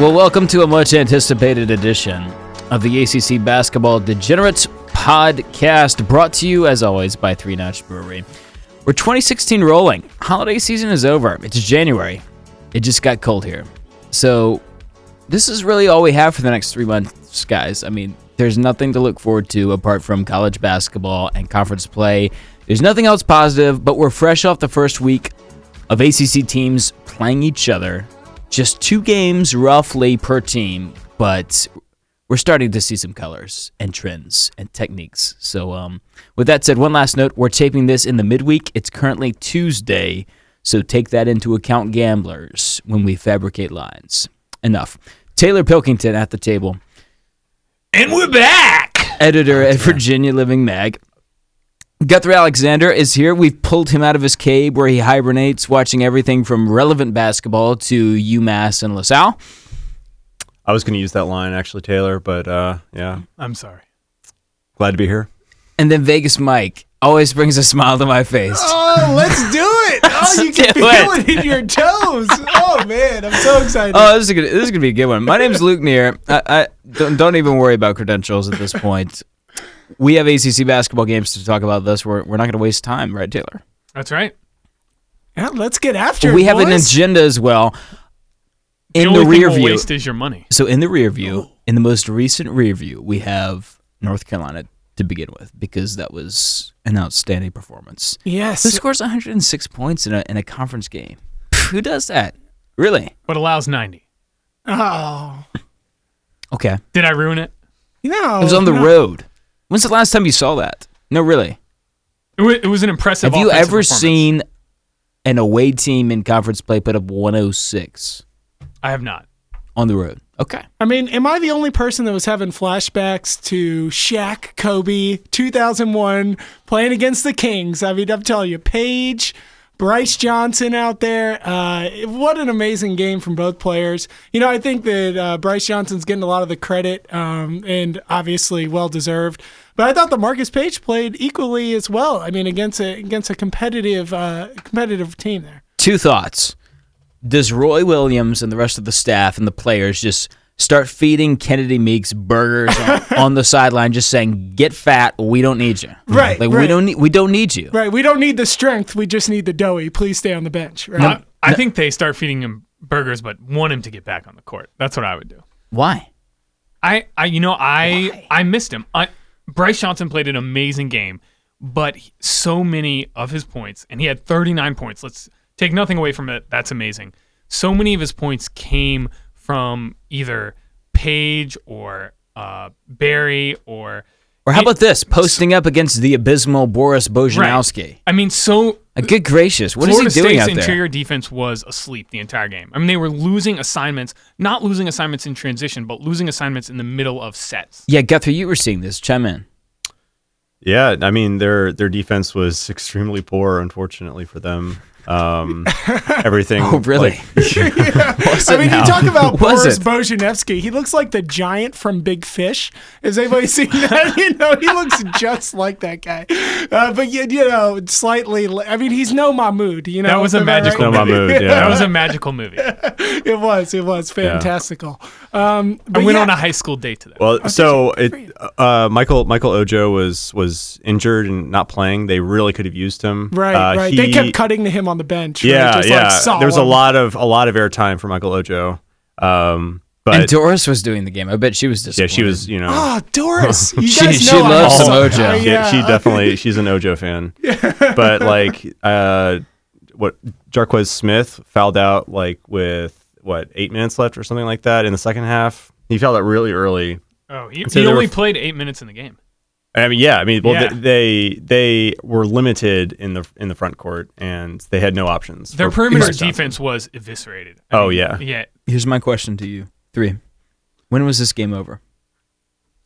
Well, welcome to a much anticipated edition of the ACC Basketball Degenerates podcast, brought to you as always by Three Notch Brewery. We're 2016 rolling. Holiday season is over. It's January. It just got cold here. So, this is really all we have for the next three months, guys. I mean, there's nothing to look forward to apart from college basketball and conference play. There's nothing else positive, but we're fresh off the first week of ACC teams playing each other. Just two games roughly per team, but we're starting to see some colors and trends and techniques. So, um, with that said, one last note we're taping this in the midweek. It's currently Tuesday, so take that into account, gamblers, when we fabricate lines. Enough. Taylor Pilkington at the table, And we're back. editor at Virginia Living Mag. Guthrie Alexander is here. We've pulled him out of his cave where he hibernates, watching everything from relevant basketball to UMass and LaSalle. I was going to use that line actually, Taylor, but uh, yeah, I'm sorry. glad to be here. And then Vegas Mike always brings a smile to my face. Oh, let's do it. Oh, you can do feel it. it. in your toes. Oh man, I'm so excited. Oh, this is gonna, this is gonna be a good one. My name's Luke Neer. I, I don't, don't even worry about credentials at this point. We have ACC basketball games to talk about. Thus, we're we're not gonna waste time, right, Taylor? That's right. yeah, let's get after it. we have an boys. agenda as well. The In the, only thing rear we'll view, waste is your money. so in the rear Oh. view, in the most recent rear view, we have North Carolina to begin with because that was an outstanding performance. Who Yes. scores 106 points in a in a conference game? Who does that? Really? What allows 90? Oh. Okay, it Did I ruin it? No. Oh, was on the no. road. When's the last time you saw that? No, really. It, wa- it was an impressive. Have you offensive ever performance. seen an away team in conference play put up 106 I have not. on the road? Okay. I mean, am I the only person that was having flashbacks to Shaq, Kobe, 2001, playing against the Kings? I mean, I'm telling you, Paige, Bryce Johnson out there. Uh, what an amazing game from both players. You know, I think that uh, Bryce Johnson's getting a lot of the credit, um, and obviously well deserved. But I thought that Marcus Page played equally as well. I mean, against a against a competitive uh, competitive team there. Two thoughts. Does Roy Williams and the rest of the staff and the players just start feeding Kennedy Meeks burgers on, on the sideline, just saying, "Get fat. We don't need you. Right, Like we right. don't need. We don't need you." Right, we don't need the strength. We just need the doughy. Please stay on the bench. Right? I, I think they start feeding him burgers, but want him to get back on the court. That's what I would do. Why? I, I you know, I I missed him. I, Bryce Johnson played an amazing game, but he- so many of his points, and he had 39 points. Let's take nothing away from it. That's amazing. So many of his points came from either Page or uh, Barry or Or how about this? Posting up against the abysmal Boris Bojanowski. I mean, so Like, Good gracious, what is Florida he doing State's out there? interior defense was asleep the entire game. I mean, they were losing assignments, not losing assignments in transition, but losing assignments in the middle of sets. Yeah, Guthrie, you were seeing this. Chime in. Yeah, I mean their their defense was extremely poor, unfortunately for them. Um, everything. Oh, really? like- Was I it mean, now? you talk about Was Boris it? Bozhenevsky. He looks like the giant from Big Fish. Has anybody seen that? you know, he looks just like that guy. Uh, but you, you know, slightly. le- I mean, he's no Mahmood. You know, That was a am I magical No, right? my movie. mood. Yeah, That was a magical movie. I It was. It was fantastical. Um, but went yeah, on a high school date today. Well, so it, uh, Michael Michael Ojo was was injured and not playing. They really could have used him. right, Uh, right. they he- kept cutting to him on the bench. right? Yeah, Just, like, yeah. saw there was a him. lot of a lot of airtime for Michael Ojo. Um, And but Doris was doing the game. I bet she was disappointed. yeah, she was you know. Ah, Doris. You She- guys she know I loves also- some Ojo. I- Yeah, She- yeah, she I- definitely she's an Ojo fan. But like uh what Jarquez Smith fouled out like with what, eight minutes left or something like that in the second half. He fouled out really early. oh, he, so he there only were- played eight minutes in the game. I mean, yeah, I mean well Yeah. th they, they were limited in the in the front court and they had no options. Their for perimeter Bryce Johnson. defense was eviscerated. Oh, yeah. yeah. Here's my question to you three. When was this game over?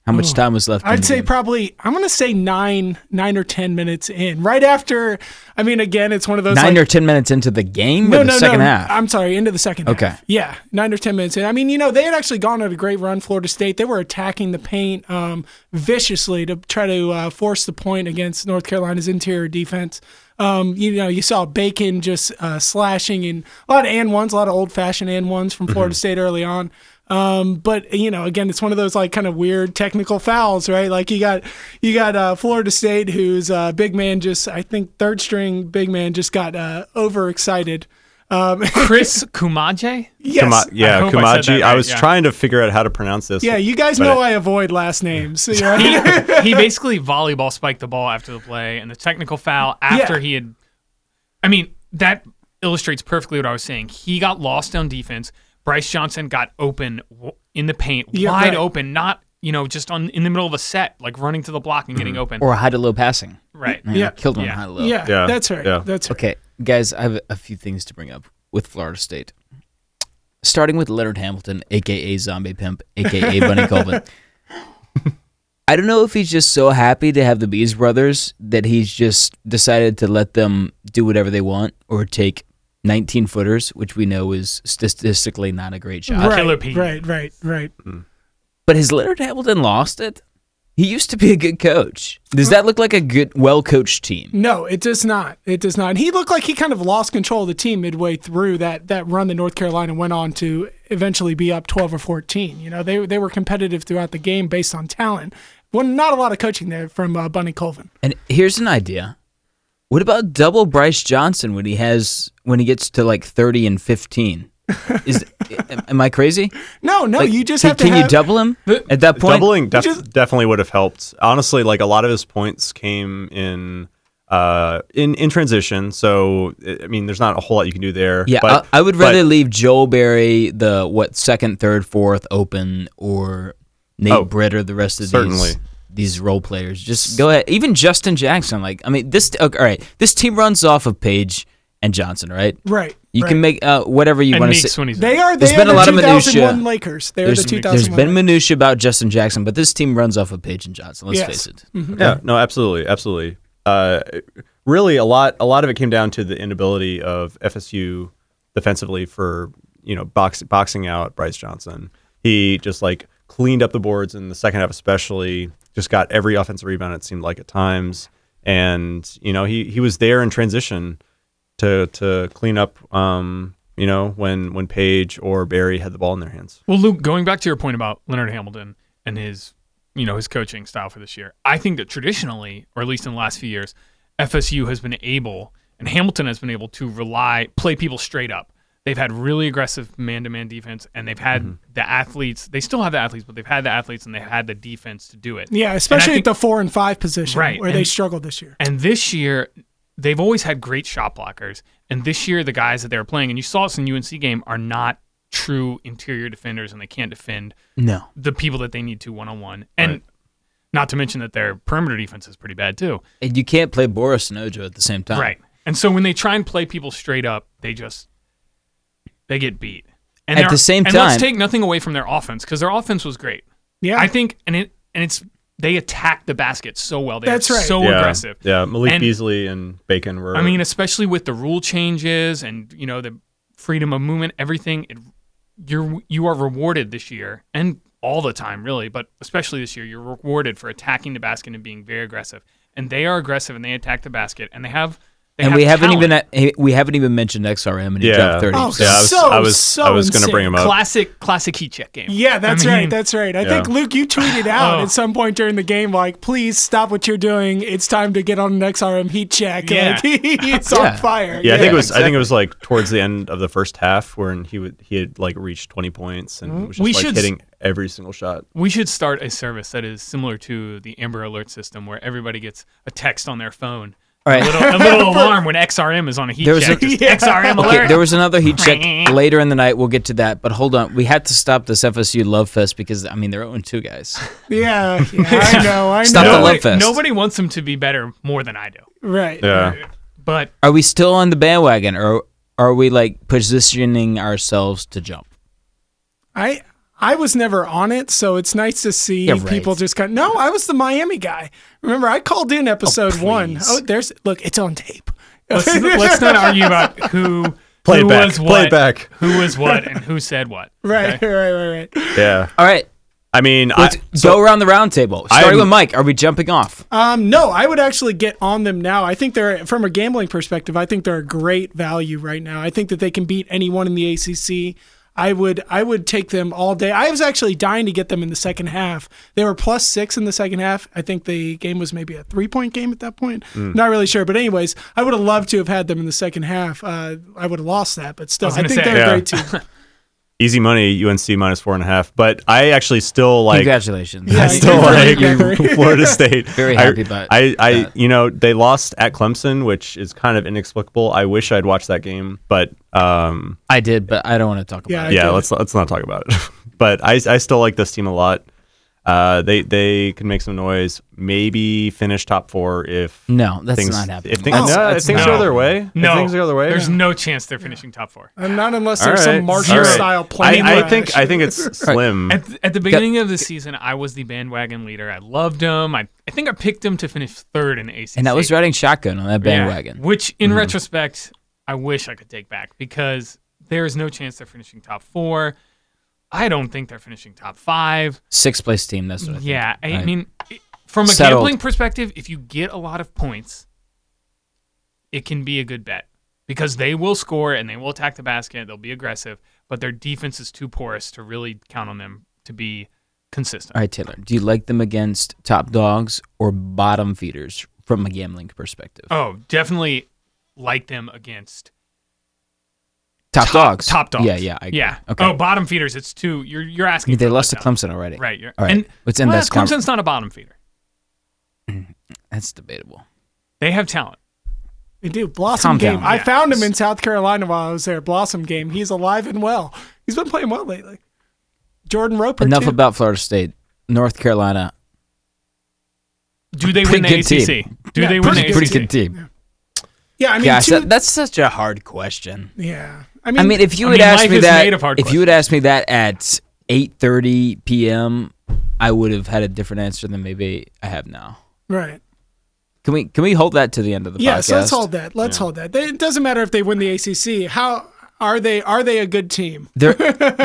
How much time was left? in Oh, I'd the say game? probably I'm gonna say nine, nine or ten minutes in. Right after, I mean, again, it's one of those nine like, or ten minutes into the game no, or the no, second no. half. I'm sorry, into the second Okay. half. Yeah, nine or ten minutes in. I mean, you know, they had actually gone on a great run. Florida State, they were attacking the paint um, viciously to try to uh, force the point against North Carolina's interior defense. Um, you know, you saw Bacon just uh, slashing and a lot of and ones, a lot of old fashioned and ones from Florida State early on. Um, but you know, again, it's one of those like kind of weird technical fouls, right? Like you got you got uh, Florida State, whose uh, big man just I think third string big man just got uh, overexcited. Um, Chris Kumaje? yes. Kuma- yeah, I hope I said Kumaji. I, that right, was yeah. trying to figure out how to pronounce this. yeah, you guys But know I- I avoid last names. you know? He, he basically volleyball spiked the ball after the play and the technical foul after Yeah. he had. I mean, that illustrates perfectly what I was saying. He got lost on defense. Bryce Johnson got open w- in the paint, Yeah, wide right. open, not, you know, just on in the middle of a set, like running to the block and getting open. Mm-hmm. Or high to low passing. right. Yeah, killed him Yeah. on high to low. yeah, Yeah, that's right. yeah. That's right. Okay, guys, I have a few things to bring up with Florida State. Starting with Leonard Hamilton, aka Zombie Pimp, aka Bunny Colvin. I don't know if he's just so happy to have the Bees brothers that he's just decided to let them do whatever they want or take 19 footers, which we know is statistically not a great shot. Uh, Killer Pete. Right, right, right, right. But has Leonard Hamilton lost it? He used to be a good coach. Does that look like a good, well coached team? No, it does not. It does not. And he looked like he kind of lost control of the team midway through that that run that North Carolina went on to eventually be up 12 or 14. You know, they they were competitive throughout the game based on talent. Well, not a lot of coaching there from uh, Bunny Colvin. And here's an idea. What about double Bryce Johnson when he has when he gets to like 30 and 15? Is am, am I crazy? No, no, Like, you just can, have to Can have, you double him at that point? Doubling def- Which is- definitely would have helped. Honestly, like a lot of his points came in uh in in transition. So I I mean, there's not a whole lot you can do there. Yeah, but, I, I would rather but- leave Joel Berry the what second, third, fourth open or Nate Oh, Britter the rest of certainly. these these role players. Just go ahead. Even Justin Jackson like I mean this okay, all right. This team runs off of Page and Johnson, right? Right. You right. can make uh, whatever you And want to Meeks say. when he's They are. They There's are been a the lot of 2001 minutia. Lakers. They're There's, the there's 2001. been minutia about Justin Jackson, but this team runs off of Page and Johnson. Let's Yes. face it. Yeah, no, absolutely, absolutely. Uh, really, a lot, a lot of it came down to the inability of FSU defensively for you know box, boxing out Bryce Johnson. He just like cleaned up the boards in the second half, especially. Just got every offensive rebound it seemed like at times, and you know he he was there in transition to to clean up. Um, you know when when Page or Barry had the ball in their hands. Well, Luke, going back to your point about Leonard Hamilton and his, you know, his coaching style for this year, I think that traditionally, or at least in the last few years, FSU has been able and Hamilton has been able to rely play people straight up. They've had really aggressive man-to-man defense, and they've had the athletes. They still have the athletes, but they've had the athletes, and they've had the defense to do it. Yeah, especially think- at the four and five position Right, where they and- struggled this year. And this year, they've always had great shot blockers. And this year, the guys that they're playing, and you saw this in UNC game, are not true interior defenders, and they can't defend No. the people that they need to one on one. And Right. not to mention that their perimeter defense is pretty bad too. And you can't play Boris and Ojo at the same time. Right. And so when they try and play people straight up, they just they get beat. And At they're- the same and time- let's take nothing away from their offense because their offense was great. Yeah, I think, and it and it's they attack the basket so well. They're That's right. So yeah, aggressive. Yeah, Malik And- Beasley and Bacon were. I mean, especially with the rule changes and you know the freedom of movement, everything. It, you're you are rewarded this year and all the time, really, but especially this year, you're rewarded for attacking the basket and being very aggressive. And they are aggressive and they attack the basket and they have. They And have we haven't talent. even we haven't even mentioned XRM and he Yeah. dropped thirty. Oh, yeah, I was, So, I was, so I was going to bring him insane. up. classic classic heat check game. Yeah, that's I mean, right. That's right. I think Yeah. Luke, you tweeted out Oh. at some point during the game, like, "Please stop what you're doing. It's time to get on an XRM heat check." Yeah. Like, he's Yeah. on fire. Yeah, I think it was. I exactly. think it was like towards the end of the first half when he would he had like reached twenty points and was just Hmm? We like should s- hitting every single shot. We should start a service that is similar to the Amber Alert system, where everybody gets a text on their phone. All right. A little, a little alarm when XRM is on a heat There was check. a- just XRM alert. Okay, there was another heat check later in the night. We'll get to that, but hold on, we had to stop this FSU love fest because I mean they're own two guys. yeah, yeah, I know. I Stop know. the love nobody, fest. nobody wants them to be better more than I do. Right. Yeah, But Are we still on the bandwagon, or are we like positioning ourselves to jump? I I was never on it, so it's nice to see Yeah, right. people just kind. No, I was the Miami guy. Remember, I called in episode Oh, one. please. Oh, there's look, it's on tape. let's, let's not argue about who Play it who back. was Play what, it back. who was what, and who said what. Right, right, right, right. yeah. All right, I mean, I, let's go around the round table. Starting I'm- with Mike, are we jumping off? Um, no, I would actually get on them now. I think they're from a gambling perspective. I think they're a great value right now. I think that they can beat anyone in the ACC. I would I would take them all day. I was actually dying to get them in the second half. They were plus six in the second half. I think the game was maybe a three point game at that point. Hmm. Not really sure, but anyways, I would have loved to have had them in the second half. Uh, I would have lost that, but still, was I, gonna think say, they're yeah. a great team. Easy money, UNC minus four and a half. But I actually still like. Congratulations. Yeah, I still you're like very- Florida State. Very I- happy about I, I, that. you know, they lost at Clemson, which is kind of inexplicable. I wish I'd watched that game, but um, I did, but I don't want to talk about Yeah, it. I yeah, get it. let's let's not talk about it. but I, I still like this team a lot. Uh, they they can make some noise. Maybe finish top four if No, that's things not happening. if things, Oh, That's- no, that's if things not go their happening. way. No, if things go their way. There's no chance they're finishing top four. Uh, Not unless All there's right, some Marshall all right. style I, plane. I crash. think I think it's slim. At, th- at the beginning of the season, I was the bandwagon leader. I loved them. I, I think I picked them to finish third in the ACC. And that was riding shotgun on that bandwagon. Yeah, which, Mm-hmm. in retrospect, I wish I could take back because there is no chance they're finishing top four. I don't think they're finishing top five. Sixth place team. That's what I think. Yeah, I, Right. mean, it- from a Settled. gambling perspective, if you get a lot of points, it can be a good bet because they will score and they will attack the basket. They'll be aggressive, but their defense is too porous to really count on them to be consistent. All right, Taylor. Do you like them against top dogs or bottom feeders from a gambling perspective? Oh, definitely like them against top, dogs. Top dogs. Yeah, yeah. I agree. yeah. Okay. Oh, bottom feeders. It's two. You're you're I asking. mean, they for a lost to letdown. Clemson already. Right. You're, All right. And Let's end well, this conver- Clemson's not a bottom feeder. That's debatable. They have talent. They do. Blossom Calm game. down. I Yeah. found him in South Carolina while I was there. Blossom game. He's alive and well. He's been playing well lately. Jordan Roper. Enough too. about Florida State. North Carolina. Do they Pretty win the good ACC? team. Do Yeah, they win the pretty ACC? good Pretty good team. Yeah, I mean, Gosh, two, that, that's such a hard question. yeah. I mean, I mean, if you I had mean, asked life me is that, made of hard if you had asked me that at 8:30 p.m., I would have had a different answer than maybe I have now. right. Can we can we hold that to the end of the Yes, podcast? let's hold that. Let's hold that. They, it doesn't matter if they win the ACC. How are they? Are they a good team? They're-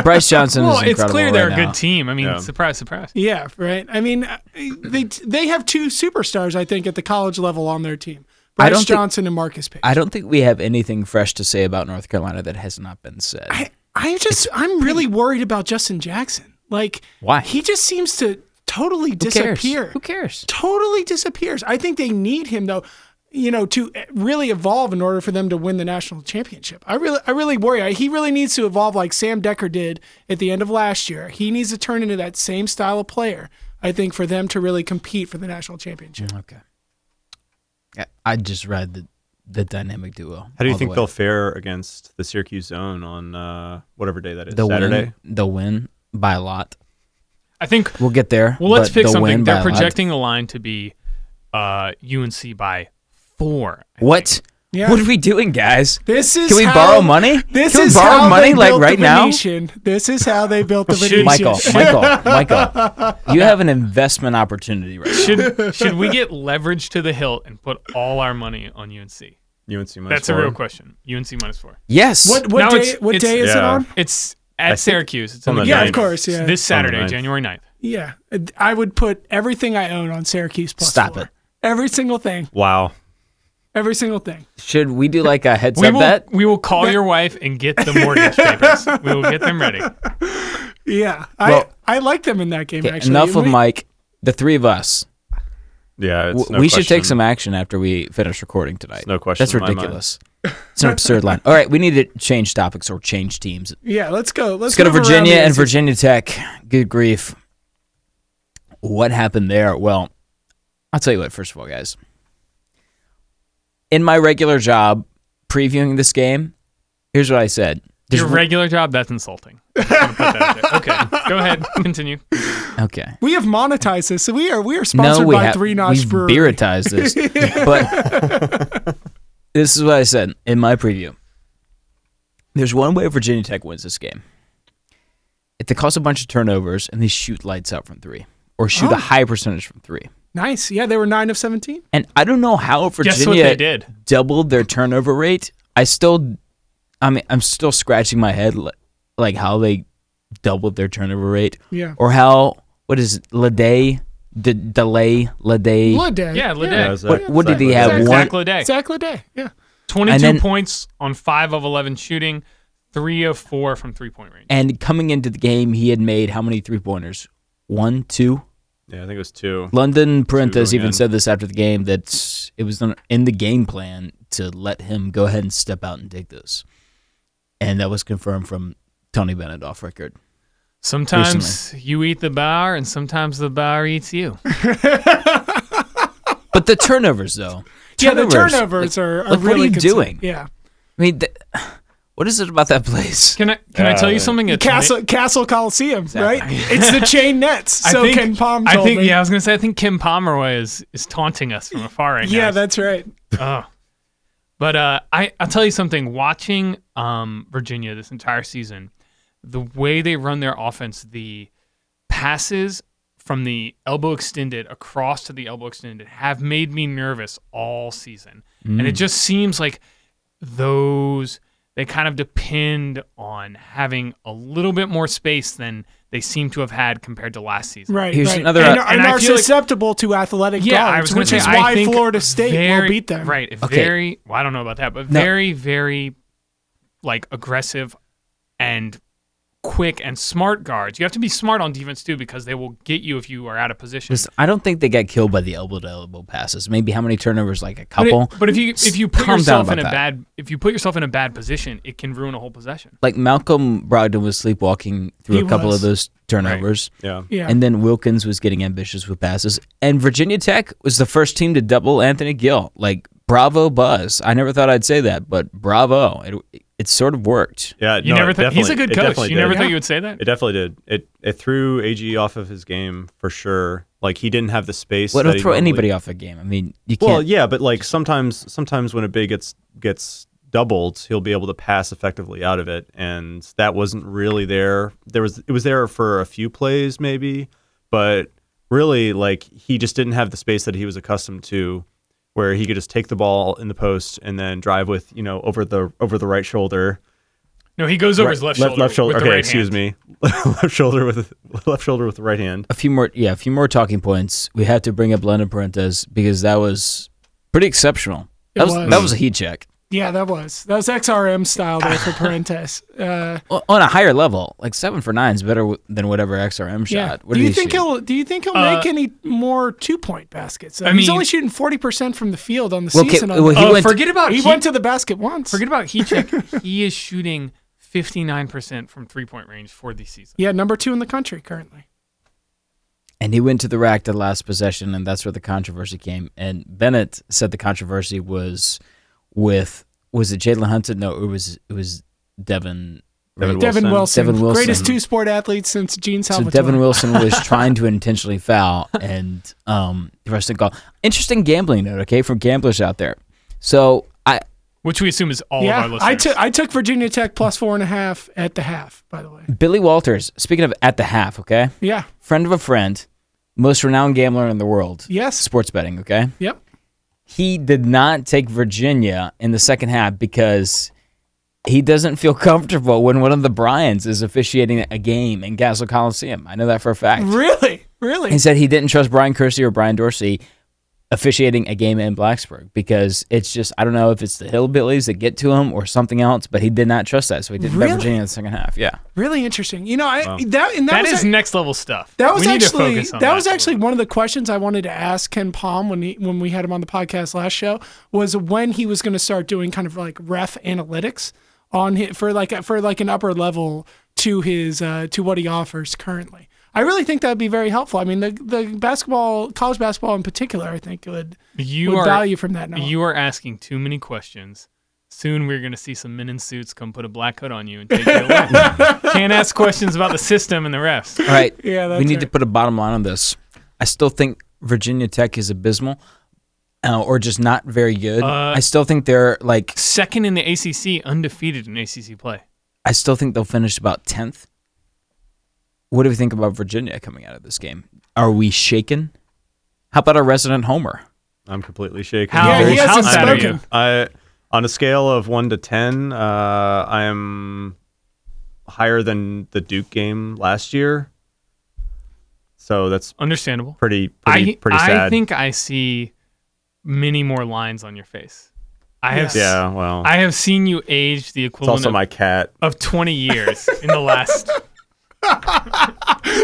Bryce Johnson Well, is it's incredible clear they're right a now. good team. I mean, Yeah. surprise, surprise. Yeah, right. I mean, uh, they they have two superstars. I think at the college level on their team, I Bryce don't think- Johnson and Marcus Page. I don't think we have anything fresh to say about North Carolina that has not been said. I, I just I'm really worried about Justin Jackson. Like Why? He just seems to totally Who cares? disappear. Who cares? Totally disappears. I think they need him though, you know, to eh, really evolve in order for them to win the national championship. I really I really worry. I, he really needs to evolve like Sam Decker did at the end of last year. He needs to turn into that same style of player. I think for them to really compete for the national championship. Okay. I- I just read the the dynamic duo. How do you all the think way. they'll fare against the Syracuse zone on uh, whatever day that is? They'll Saturday. Win, they'll win by a lot. I think. We'll get there. Well, let's but pick they'll something. win by They're a lot. projecting the line to be uh, UNC by four. I What? Yeah. What are we doing, guys? This is Can we how- borrow money? This Can we is borrow how money, they like, built right the now? Venetian. This is how they built the Venetian. Michael, Michael, Michael, you have an investment opportunity right now. think. Should should we get leverage to the hilt and put all our money on UNC? UNC minus That's a four. real question. UNC minus four. Yes. What what Now day? it's- What it's- day is it Yeah. on? It's at think Syracuse. It's on on the the Yeah, ninth. of course. Yeah, This Saturday, ninth. January 9th. yeah. I would put everything I own on Syracuse plus. Stop four. it. Every single thing. Wow. Every single thing. Should we do like a heads We up will, bet? we will call your wife and get the mortgage papers. We will get them ready. Yeah, Well- I I like them in that game. Okay, actually, enough of We- Mike. The three of us. Yeah. It's W- no we should take question. some action after we finish recording tonight. no question That's in my mind. ridiculous. It's an absurd line. All right, we need to change topics or change teams. Yeah, let's go. Let's, Let's go to move around Virginia the and ACC. Virginia Tech. Good grief. What happened there? Well, I'll tell you what, first of all, guys. In my regular job previewing this game, here's what I said. There's Your one- regular job, that's insulting. I'm gonna put that out there. Okay, go ahead. Continue. okay. We have monetized this, so we are we are No, sponsored we by have Three we've Notch Brewery. beeritized this. but this is what I said in my preview. There's one way Virginia Tech wins this game. If they cause a bunch of turnovers and they shoot lights out from three, or shoot Oh. a high percentage from three. Nice. Yeah, they were nine of seventeen. And I don't know how Guess Virginia what they did? doubled their turnover rate. I still, I mean, I'm still scratching my head li- like how they doubled their turnover rate, Yeah. or how what is it, Lede, D- delay Lede? Leday. Yeah, Leday. Yeah, is that- What- what did he exactly. have? Exactly. One- Zach Leday. Zach Leday. Yeah. 22 And then- points on 5 of 11 shooting, three of four from three point range. And coming into the game, he had made how many three pointers? One, two. Yeah, I think it was two. London Prentice Two even again. said this after the game that it was in the game plan to let him go ahead and step out and dig this, and that was confirmed from Tony Bennett off record. Sometimes you eat the bar, and sometimes the bar eats you. But the turnovers, though. Yeah, the Turnovers. turnovers Like, are, are like, really what are you concerning. doing? Yeah. I mean, th- what is it about that place? Can I can I Yeah, tell you like- something? that Tony- Uh, Castle Castle Coliseum, right? It's the chain nets. So Ken Palm told I think me. yeah, I was gonna say I think Kim Pomeroy is is taunting us from afar right Yeah, now. that's right. oh. But uh, I I'll tell you something. Watching um, Virginia this entire season, the way they run their offense, the passes from the elbow extended across to the elbow extended have made me nervous all season, and it just seems like those they kind of depend on having a little bit more space than they seem to have had compared to last season. Right. Here's right. another- and, uh, and and I are feel like- susceptible to athletic Yeah, I guards, was gonna which say, is I why think Florida State very- will beat them. Right. If Okay. Very. Well, I don't know about that, but No. very, very, like aggressive and quick and smart guards. You have to be smart on defense too, because they will get you if you are out of position. Just, I don't think they got killed by the elbow to elbow passes. Maybe how many turnovers? Like a but, couple. it- but if you if you Calm put down yourself in a about that. bad if you put yourself in a bad position, it can ruin a whole possession. like Malcolm Brogdon was sleepwalking through He a couple was. of those turnovers. Yeah. Yeah. And then Wilkins was getting ambitious with passes. And Virginia Tech was the first team to double Anthony Gill. Like, bravo, Buzz. I never thought I'd say that, but bravo. It, it sort of worked. Yeah. You no, never it thought he's definitely- a good it coach. definitely You never did. thought you would say that. It definitely did. It it threw AG off of his game for sure. Like he didn't have the space. Well, that it'll he throw normally- anybody off their game. I mean, you can't. Well, yeah, but like sometimes sometimes when a big gets gets doubled, he'll be able to pass effectively out of it, and that wasn't really there. There was it was there for a few plays maybe, but really like he just didn't have the space that he was accustomed to where he could just take the ball in the post and then drive with, you know, over the over the right shoulder. No, he goes over his left, shoulder. left shoulder. With Okay, the right excuse hand. me. left shoulder with left shoulder with the right hand. a few more yeah a few more talking points we had to bring up london Parentes because that was pretty exceptional that was, was. that was a heat check Yeah, that was. That was XRM style there for Parentes. Uh, O- on a higher level like seven for nine is better w- than whatever xrm shot yeah. What do did you he think shoot? he'll do you think he'll Uh, make any more two point baskets? I He's mean- only shooting forty percent from the field on the Well, okay, season. on well, that. He Oh, went- forget about he he- went to the basket once. Forget about Heatcheck. he is shooting 59% from three point range for the season. yeah, number two in the country currently. and he went to the rack the last possession and that's where the controversy came and bennett said the controversy was with was it jalen hunton no it was it was devin Devin right? Devin Wilson, Devin Wilson. greatest two sport athlete since Gene so Salvatore. Devin Wilson was trying to intentionally foul, and um, the rest of the call. Interesting gambling note, okay, from gamblers out there. So I Which we assume is all of our yeah, listeners. I took I took Virginia Tech plus four and a half at the half. By the way, Billy Walters, speaking of at the half, okay, yeah, friend of a friend, most renowned gambler in the world, yes, sports betting, okay. yep, He did not take Virginia in the second half because he doesn't feel comfortable when one of the Bryans is officiating a game in Castle Coliseum. I know that for a fact. really, really, He said he didn't trust Brian Kersey or Brian Dorsey officiating a game in Blacksburg because it's just I don't know if it's the hillbillies that get to him or something else, but he did not trust that, so he didn't bet Really? Virginia in the second half. Yeah, really interesting. You know, I that and that, that was is next level stuff. That was we need to actually focus on that, was actually one of the questions I wanted to ask Ken Palm when he, when we had him on the podcast last show was when he was going to start doing kind of like ref analytics on his, for like for like an upper level to his uh, to what he offers currently. I really think that would be very helpful. I mean, the the basketball, college basketball in particular, I think would you would are value from that. Now. you are asking too many questions. Soon we're going to see some men in suits come put a black hood on you and take you away. Can't ask questions about the system and the refs. All right. Yeah, that's we need to right. put a bottom line on this. I still think Virginia Tech is abysmal, uh, or just not very good. Uh, I still think they're like. Second in the ACC, undefeated in ACC play. I still think they'll finish about tenth. What do we think about Virginia coming out of this game? Are we shaken? How about our resident Homer? I'm completely shaken. How- Yeah, he hasn't how bad are spoken. you? I on a scale of one to ten, uh, I am higher than the Duke game last year. So that's Understandable. pretty pretty I, pretty sad. I think I see many more lines on your face. I have s- Yeah, well, I have seen you age the it's equivalent also of, my cat. of 20 years in the last.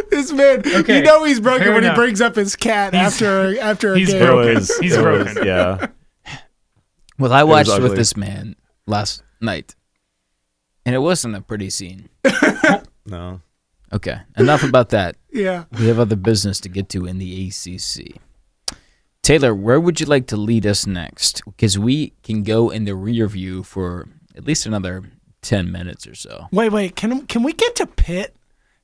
This man, Okay, you know he's broken fair when enough. he brings up his cat after after a he's game. It broken. was, He's it was- broken. yeah, Well, I was watched with ugly. this man last night, and it wasn't a pretty scene. no. Okay, enough about that. Yeah. We have other business to get to in the ACC. Taylor, where would you like to lead us next? Because we can go in the rear view for at least another 10 minutes or so. Wait, wait. Can can we get to Pitt?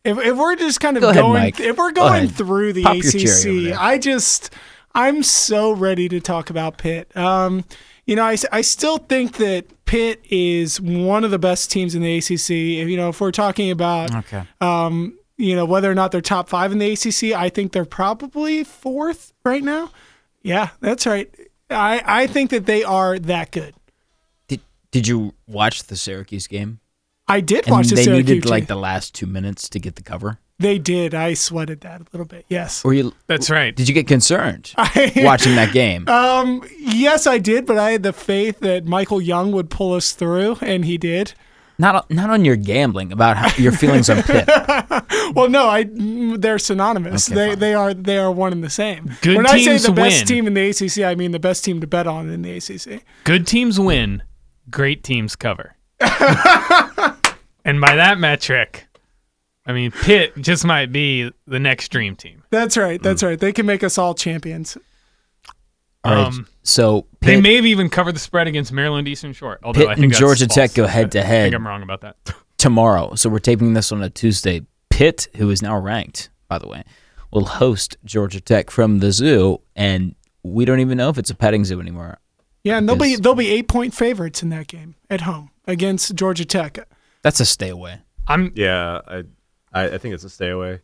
If, if we're just kind of Go ahead, going, Mike. if we're Go going ahead. through the Pop your cherry over ACC, there. I just I'm so ready to talk about Pitt. Um, you know, I, s- I still think that Pitt is one of the best teams in the ACC. If, You know, if we're talking about Okay. you know whether or not they're top five in the ACC, I think they're probably fourth right now. Yeah, that's right. I I think that they are that good. Did, did you watch the Syracuse game? I did And watch the they Syracuse. needed like game. the last two minutes to get the cover? they did. I sweated that a little bit. Yes. Or you, That's right. did you get concerned I- watching that game? Um, yes, I did, but I had the faith that Michael Young would pull us through, and he did. not, not on your gambling about how, your feelings on Pitt. Well, no, I mm, they're synonymous. Okay, they fine. they are they are one and the same. Good when I teams say the win. best team in the ACC, I mean the best team to bet on in the ACC. Good teams win, great teams cover. and by that metric, I mean Pitt just might be the next dream team. That's right. Mm. That's right. They can make us all champions. All right. Um, so Pitt, They may have even covered the spread against Maryland Eastern Shore. Although Pitt I think and that's Georgia false. Tech go head to I head think I'm wrong about that. tomorrow. So we're taping this on a Tuesday. Pitt, who is now ranked, by the way, will host Georgia Tech from the zoo, and we don't even know if it's a petting zoo anymore. Yeah, and they'll be Yes. they'll be eight point favorites in that game at home against Georgia Tech. That's a stay away. I'm Yeah, I, I, I think it's a stay away.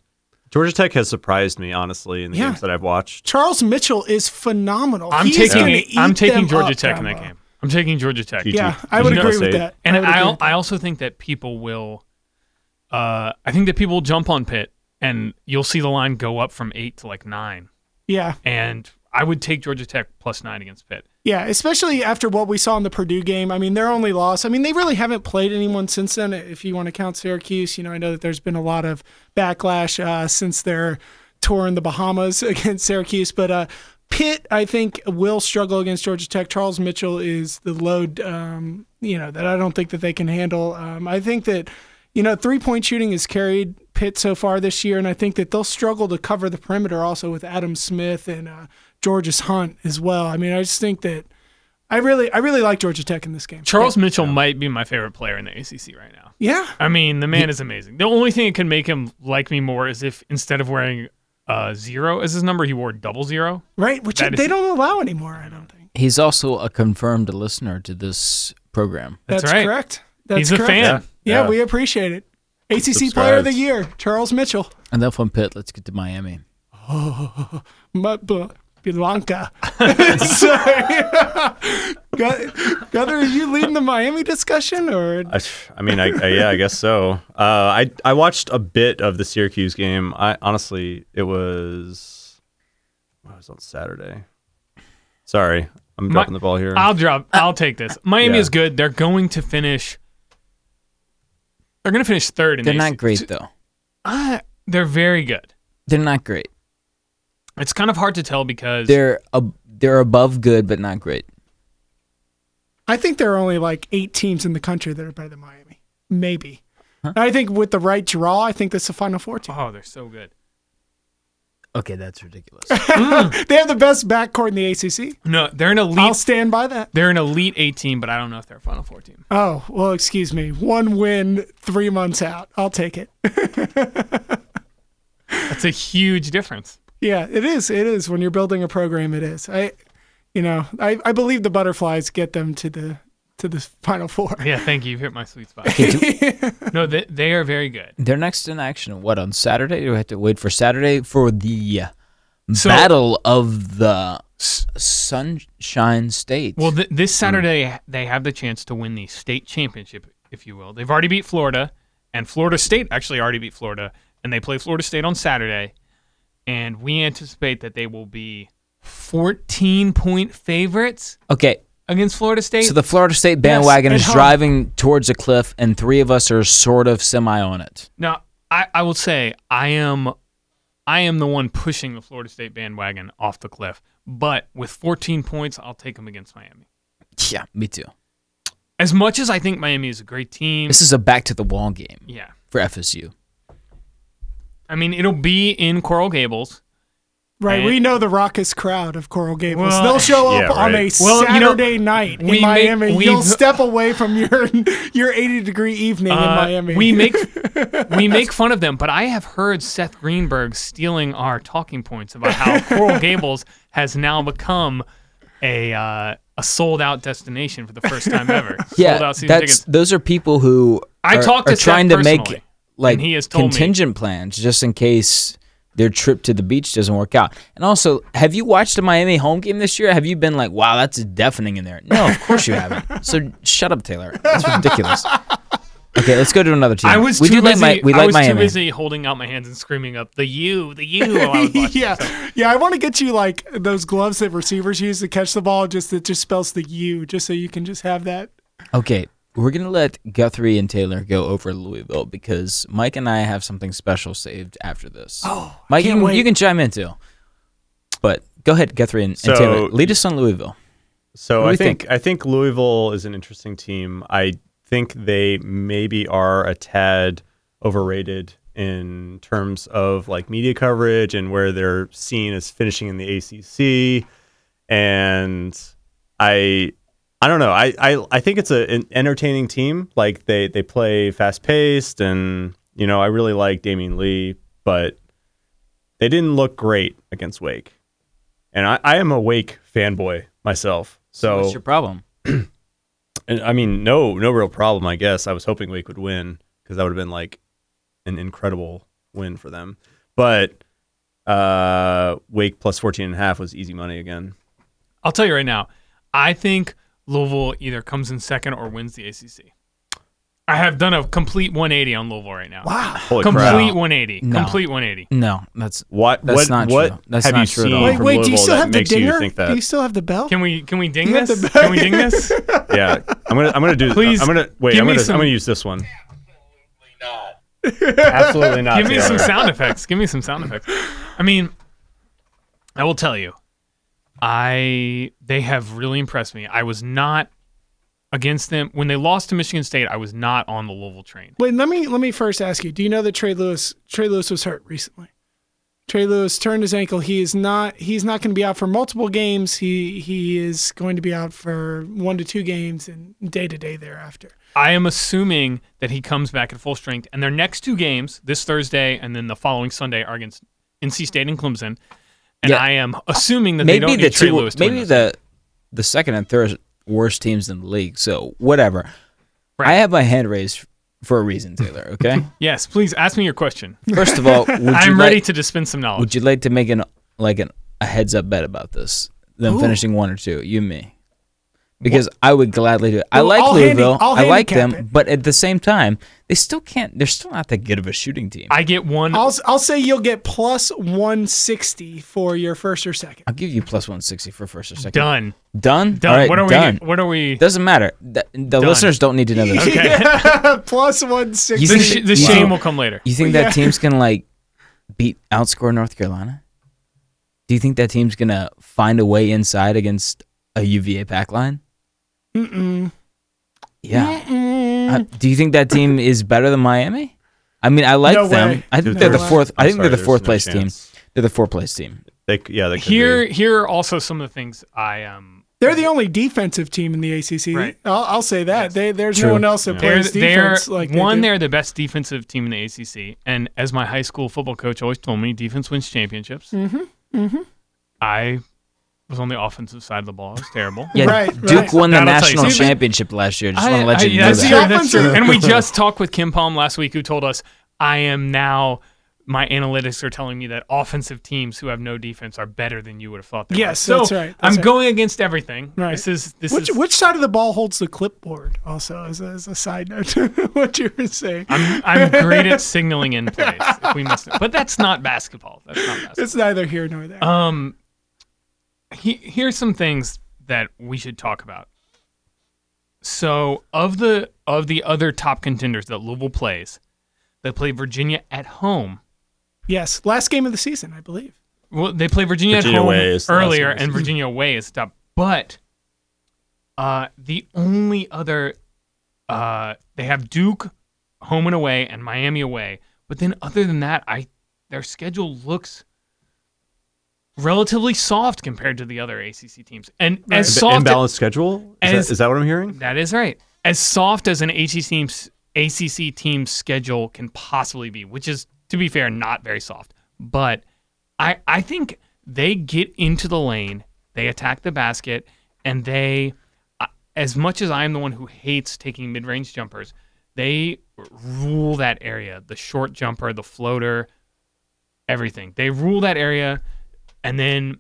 Georgia Tech has surprised me honestly in the Yeah. games that I've watched. Charles Mitchell is phenomenal. I'm He's taking gonna i eat I'm taking them Georgia up, Tech in that Bravo. game. I'm taking Georgia Tech. Yeah. Yeah, Did I you would know- agree with State. that. And I would agree I with al- I also think that people will uh I think that people will jump on Pitt and you'll see the line go up from 8 to like 9 Yeah, and I would take Georgia Tech plus 9 against Pitt. yeah. Especially after what we saw in the Purdue game. I mean, their only loss. I mean, they really haven't played anyone since then. If you want to count Syracuse, you know, I know that there's been a lot of backlash uh, since their tour in the Bahamas against Syracuse, but. Uh, Pitt, I think, will struggle against Georgia Tech. Charles Mitchell is the load, um, you know, that I don't think that they can handle. Um, I think that you know, three point shooting has carried Pitt so far this year, and I think that they'll struggle to cover the perimeter also with Adam Smith and uh, Georges Hunt as well. I mean, I just think that I really, I really like Georgia Tech in this game. Charles Mitchell might be my favorite player in the ACC right now. Yeah, I mean, the man is amazing. The only thing that can make him like me more is if instead of wearing uh, zero as his number, he wore double zero. right. Which That is- they don't allow anymore. I don't think. He's also a confirmed listener to this program. That's That's, right. correct. That's He's a correct. fan. Yeah. Yeah, Yeah. we appreciate it. ACC Player Subscribes. of the Year, Charles Mitchell, Enough from Pitt. Let's get to Miami. Ma- Bl- Blanca. Sorry. Gu- Gunther, are you leading the Miami discussion or? I, I mean, I, I yeah, I guess so. Uh, I I watched a bit of the Syracuse game. I honestly, it was oh, it was on Saturday. Sorry, I'm dropping the ball here. I'll drop. Uh, I'll take this. Miami Yeah. is good. They're going to finish. They're going to finish third. In They're the not ACC. great though. Uh, they're very good. They're not great. It's kind of hard to tell because They're ab- they're above good, but not great. I think there are only like eight teams in the country that are better than Miami. Maybe. I think with the right draw, I think that's the Final Four team. oh, they're so good. Okay, that's ridiculous. They have the best backcourt in the ACC. No, they're an elite. I'll stand by that. they're an elite eight team, but I don't know if they're a Final Four team. Oh, well, excuse me. One win, three months out. I'll take it. That's a huge difference. yeah, it is. It is. When you're building a program, it is. I, you know, I, I believe the butterflies get them to the to the Final Four. Yeah, thank you. You've hit my sweet spot. Okay, do- No, they, they are very good. They're next in action. What on Saturday? Do we have to wait for Saturday for the So- battle of the Sunshine State? Well, th- this Saturday they have the chance to win the state championship, if you will. They've already beat Florida, and Florida State actually already beat Florida, and they play Florida State on Saturday, and we anticipate that they will be 14 point favorites. okay. against Florida State. So the Florida State bandwagon at is home. driving towards a cliff, and three of us are sort of semi on it. Now, I, I will say I am I am the one pushing the Florida State bandwagon off the cliff. But with 14 points, I'll take them against Miami. Yeah, me too. As much as I think Miami is a great team, This is a back to the wall game yeah. for FSU. I mean, it'll be in Coral Gables. Right, And- we know the raucous crowd of Coral Gables. Well, They'll show up yeah, on a right. Well, you know, Saturday night we in make- Miami. we've- You'll step away from your your 80 degree evening in Uh, Miami. We make we make fun of them, but I have heard Seth Greenberg stealing our talking points about how Coral Gables has now become a uh, a sold out destination for the first time ever. sold Yeah, out season that's tickets. those are people who I are, talked are to Seth trying to make personally, like and he has told me- contingent plans just in case their trip to the beach doesn't work out. And also, have you watched a Miami home game this year? Have you been like, wow, that's deafening in there? No, of course you haven't. So shut up, Taylor. That's ridiculous. Okay, let's go to another team. I was we too do busy. like Mi- we I like was Miami. too busy holding out my hands and screaming up the U, the U. While I was watching. yeah, yeah. I want to get you like those gloves that receivers use to catch the ball. Just that just spells the U, just so you can just have that. Okay, we're gonna let Guthrie and Taylor go over to Louisville because Mike and I have something special saved after this. Oh, Mike, can't you, can, wait. you can chime in too. But go ahead, Guthrie and, and So- Taylor, lead us on Louisville. So What do I we think, think? I think Louisville is an interesting team. I think they maybe are a tad overrated in terms of like media coverage and where they're seen as finishing in the ACC. And I I don't know. I I, I think it's a, an entertaining team. Like they they play fast paced and you know, I really like Damien Lee, but they didn't look great against Wake. And I, I am a Wake fanboy myself. So What's your problem? and I mean, no, no real problem. I guess I was hoping Wake would win because that would have been like an incredible win for them. But uh, Wake plus 14 and a half was easy money again. I'll tell you right now, I think Louisville either comes in second or wins the ACC. I have done a complete 180 on Louisville right now. Wow. Holy complete crap! 180. No. Complete 180. No, that's What? That's what, not what true. That's have not you true at seen all. Wait, from wait. Do you Louisville still that have the makes you dinger? think Do you that? still have the bell? Can we can we ding You got this? the- Can we ding this? yeah, I'm gonna, I'm gonna do. Please, I'm gonna wait. give I'm me gonna, some- I'm gonna use this one. Absolutely not. Give me some Taylor. sound effects. Give me some sound effects. I mean, I will tell you, I they have really impressed me. I was not against them when they lost to Michigan State. I was not on the Louisville train. Wait, let me let me first ask you. Do you know that Trey Lewis Trey Lewis was hurt recently? Trey Lewis turned his ankle. He is not he's not going to be out for multiple games. He he is going to be out for one to two games and day to day thereafter. I am assuming that he comes back at full strength, and their next two games, this Thursday and then the following Sunday, are against NC State and Clemson. And Yeah. I am assuming that they maybe don't the need Trey two, Lewis. To win maybe those. the the second and third worst teams in the league. So whatever. I have my hand raised for a reason, Taylor. Okay. yes, please ask me your question. First of all, would you I'm like, ready to dispense some knowledge. Would you like to make an like an a heads up bet about this? Them finishing one or two, you and me. Because I would gladly do it. I Well, like I'll handi- Louisville. I'll I like them, handicap but at the same time, they still can't. They're still not that good of a shooting team. I, I get one. I'll I'll say you'll get plus 160 for your first or second. will give you plus one sixty for first or second. done. Done. Done. All right, what are done. we? What are we? Doesn't matter. The, the listeners don't need to know this. Okay. plus 160. You The, think- sh- the Wow. shame will come later. You think that team's gonna like beat outscore North Carolina? Do you think that team's gonna find a way inside against a UVA pack line? Mm-mm. Yeah. Uh, do you think that team is better than Miami? I mean, I like No them. way. I think No they're the way. fourth. I I'm think sorry, they're the there's fourth no place chance. team. They're the fourth place team. They, yeah, they could Here, be. here are also some of the things I um. They're the only defensive team in the ACC. Right. I'll, I'll say that. They, there's True. no one else that They're, plays they're defense like they one. do. They are the best defensive team in the ACC, and as my high school football coach always told me, defense wins championships. Mm-hmm. Mm-hmm. I was on the offensive side of the ball. It was terrible. Yeah, Right, Duke right. won the That'll tell you national something. championship last year. Just want to I- let I- you yeah, know that's that. true, that. that's true. Offensive. And we just talked with Kim Palm last week, who told us, "I am now." My analytics are telling me that offensive teams who have no defense are better than you would have thought they were. Yes, so that's right, I'm that's right. going against everything. Right. This is this Which, is. which side of the ball holds the clipboard? Also, as a, as a side note, to what you were saying, I'm, I'm great at signaling in plays. If we must, but that's not basketball. That's not basketball. it's neither here nor there. Um, he, here's some things that we should talk about. So of the of the other top contenders that Louisville plays, they play Virginia at home. Yes, last game of the season, I believe. Well, they play Virginia, Virginia at home away is the last earlier, game of the and Virginia away is top. But uh, the only other uh, they have Duke home and away, and Miami away. But then, other than that, I their schedule looks relatively soft compared to the other ACC teams, and as Imba- soft imbalanced schedule. Is, as- that, is that what I'm hearing? that is right. As soft as an ACC team's, ACC team's schedule can possibly be, which is, to be fair, not very soft. But I, I think they get into the lane, they attack the basket, and they, I- as much as I am the one who hates taking mid range jumpers, they rule that area the short jumper, the floater, everything. They rule that area, and then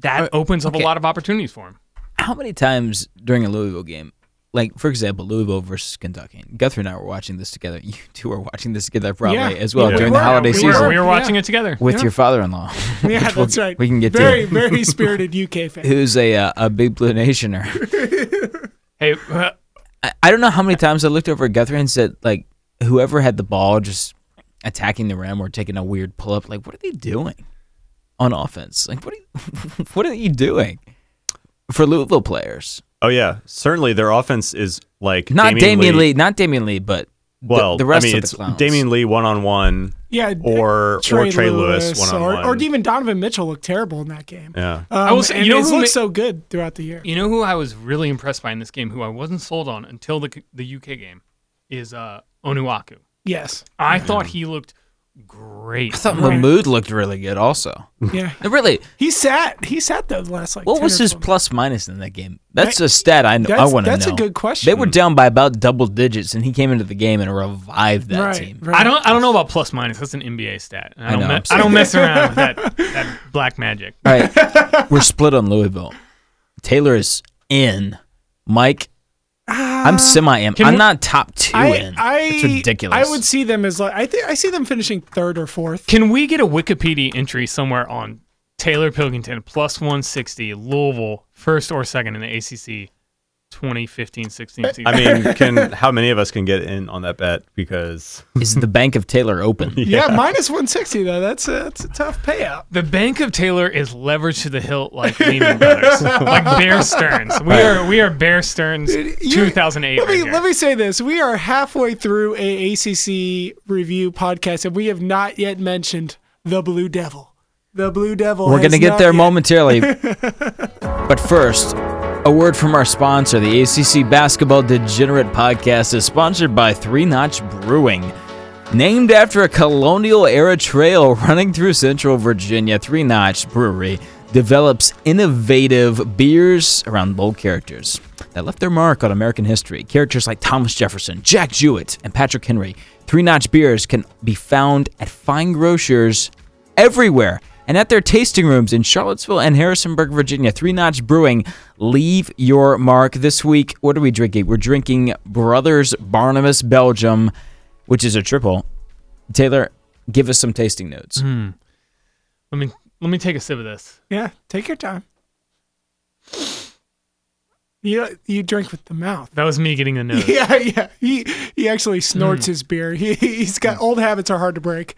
that opens up Uh, okay. a lot of opportunities for them. how many times during a Louisville game, like for example, Louisville versus Kentucky, Guthrie and I were watching this together. You two were watching this together probably Yeah. as well Yeah, we during the were. holiday We We season were, we were Yeah. watching it together. with Yeah. your father-in-law, Yeah, that's right. we can get to. very very spirited UK fan. who's a uh, a big blue nationer. Hey, uh, I, I don't know how many times I looked over at Guthrie and said like, whoever had the ball just attacking the rim or taking a weird pull up, like what are they doing on offense? Like what are you, what are you doing for Louisville players? Oh yeah, certainly their offense is like Not Damian, Damian Lee. not Damian Lee, but the- Well, the, rest I mean, of the it's clowns. Damian Lee one on one. Yeah, Or- or Trey Lewis or, one-on-one. or even Donovan Mitchell looked terrible in that game. Yeah. Um, I will say- and you know he's who looked ma- so good throughout the year. you know who I was really impressed by in this game, who I wasn't sold on until the the UK game, is uh, Onuaku. Yes, I thought he looked great. I thought Mahmood looked really good also. yeah, Really, he sat he sat the last like. what 10 was or his 12. plus minus in that game? That's a stat I, I That's- want to know. that's a good question. They were down by about double digits, and he came into the game and revived that right, team. right. I don't. I don't know about plus minus. That's an NBA stat. I don't. know, me- I'm I sorry. don't mess around with that, that black magic. All right, we're split on Louisville. Taylor is in. Mike, I'm semi in. can I'm we- not top two Ah. I, in. I it's ridiculous. I would see them as like I think I see them finishing third or fourth. Can we get a Wikipedia entry somewhere on Taylor Pilkington plus 160 Louisville first or second in the ACC 2015-16 season? I mean, can how many of us can get in on that bet? Because Is the bank of Taylor open? Yeah, minus one sixty though. That's a, that's a tough payout. The Bank of Taylor is leveraged to the hilt like Lehman Brothers, like Bear Stearns. We are we are Bear Stearns, You- 2008. Let right me here. let me say this: we are halfway through a ACC review podcast, and we have not yet mentioned the Blue Devil. The Blue Devil. We're has going to get not there yet- momentarily. but first, a word from our sponsor. The ACC Basketball Degenerate Podcast is sponsored by Three Notch Brewing. Named after a colonial era trail running through central Virginia, Three Notch Brewery develops innovative beers around bold characters that left their mark on American history. Characters like Thomas Jefferson, Jack Jewett, and Patrick Henry. Three Notch beers can be found at fine grocers everywhere and at their tasting rooms in Charlottesville and Harrisonburg, Virginia. Three Notch Brewing, leave your mark. This week, what are we drinking? We're drinking Brothers Barnabas Belgium, which is a triple. Taylor, give us some tasting notes. Mm-hmm. let me let me take a sip of this. Yeah, take your time. You you drink with the mouth. That was me getting the nose. Yeah, yeah. He he actually snorts his beer. He he's got old habits are hard to break.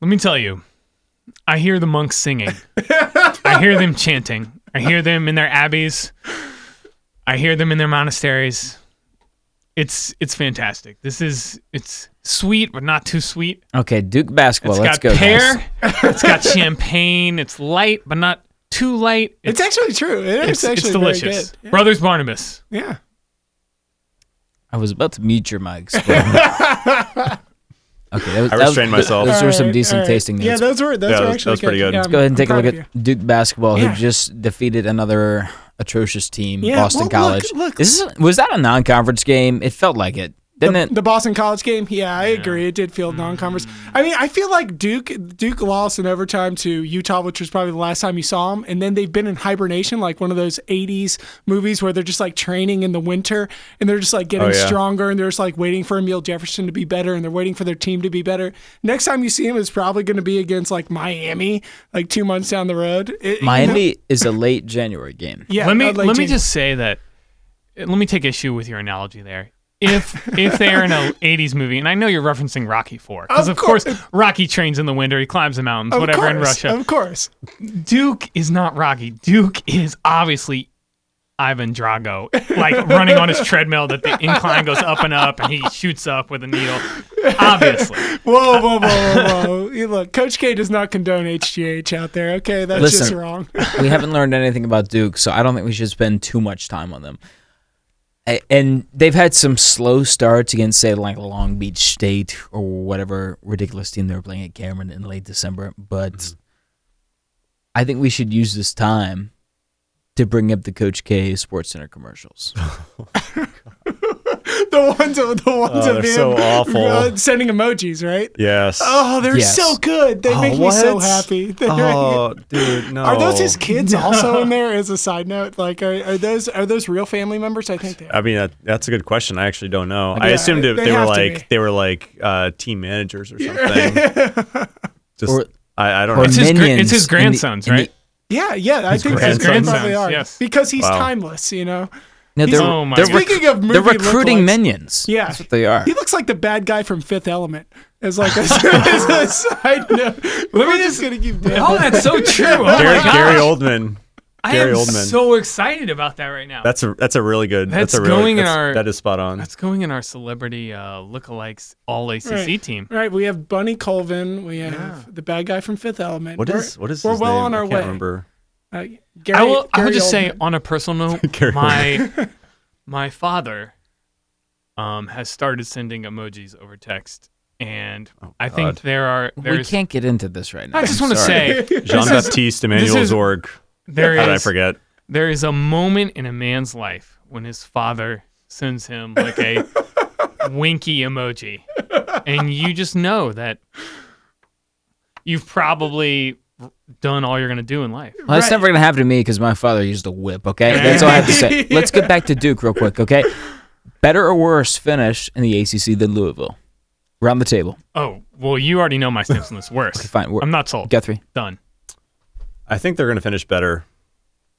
Let me tell you, I hear the monks singing. I hear them chanting. I hear them in their abbeys. I hear them in their monasteries. It's it's fantastic. This is it's sweet but not too sweet. Okay, Duke basketball. It's let's got go. pear. guys. It's got champagne. It's light but not too light. It's actually true. It is it's, actually it's very delicious. good. Brothers Barnabas. Yeah. I was about to mute your mics. but- okay, that was, I that was- restrained myself. Those were All some right, decent all right. tasting notes. Yeah, those were those Yeah, were that was- actually that was pretty good. Yeah, Let's Let's go ahead I'm and take a proud look of you. at Duke basketball, Yeah. who just defeated another atrocious team, Yeah, Boston well, look- College. look. This is, was that a non-conference game? It felt like it, didn't the, it? the Boston College game. Yeah, I agree. It did Mm. feel non-conference. I mean, I feel like Duke Duke lost in overtime to Utah, which was probably the last time you saw them. And then they've been in hibernation, like one of those '80s movies where they're just like training in the winter and they're just like getting Oh, yeah. stronger and they're just like waiting for Emil Jefferson to be better and they're waiting for their team to be better. Next time you see them is probably going to be against like Miami, like two months down the road. It- you know- Miami is a late January game. Yeah, let me I'd like let me to- just say that uh, let me take issue with your analogy there. If if they are in a '80s movie, and I know you're referencing Rocky Four, because Of of, course Rocky trains in the winter, he climbs the mountains, Of whatever course, in Russia. Of course. Duke is not Rocky. Duke is obviously Ivan Drago, like running on his treadmill that the incline goes up and up, and he shoots up with a needle. Obviously, Whoa, whoa, whoa, whoa, whoa. You Look, Coach K does not condone HGH out there. Okay, that's just Listen. wrong. we haven't learned anything about Duke, so I don't think we should spend too much time on them. A- And they've had some slow starts against, say, like Long Beach State or whatever ridiculous team they were playing at Cameron in late December. But Mm-hmm. I think we should use this time to bring up the Coach K Sports Center commercials. The ones of the ones Oh, of they're him so awful. uh, sending emojis, right? Yes. Oh, they're Yes. so good. They Oh, make me so what? happy. They're- Oh, dude, no. Are those his kids also in there? As a side note, like are, are those are those real family members? I think they are. I mean, that, that's a good question. I actually don't know. I Yeah, assumed they that they were have to be. like they were like uh, team managers or something. Just Or- I, I don't Or know. it's his, gra- minions it's his in the- grandsons, in the- right? Yeah, yeah. I think that's what His they grandsons, probably are. yes. Because he's Wow. timeless, you know. No, He's- they're, Oh my they're, God. rec- Speaking of movie they're recruiting lookalikes, minions. Yeah. That's what they are. He looks like the bad guy from Fifth Element. As like a, as a side note, we're just gonna keep doing. Oh, that's so true. Oh Gary, my gosh. Gary Oldman. I Gary am Oldman. so excited about that right now. That's a that's a really good. That's, That's a really going in that's, our- that is spot on. That's going in our celebrity uh, lookalikes all ACC Right. team. Right, we have Bunny Colvin. We have the bad guy from Fifth Element. What We're- is what is We're his well name? on I our can't way. Remember. Uh, Gary, I will. I will Gary just say Oldman. on a personal note, Gary my my father um, has started sending emojis over text, and I think Oh, God. there are we there's. can't get into this right now. I just want to Sorry. say Jean this is, Baptiste Emmanuel this is- Zorg. there How did I is forget? there is a moment in a man's life when his father sends him like a winky emoji, and you just know that you've probably done all you're gonna do in life. Well, that's Right. never gonna happen to me because my father used a whip. Okay, that's all I have to say. Let's get back to Duke real quick. Okay, better or worse finish in the ACC than Louisville? Round the table, Oh well, you already know my stance on this. Worse. fine, wor- I'm not sold. Guthrie. Done. I think they're going to finish better.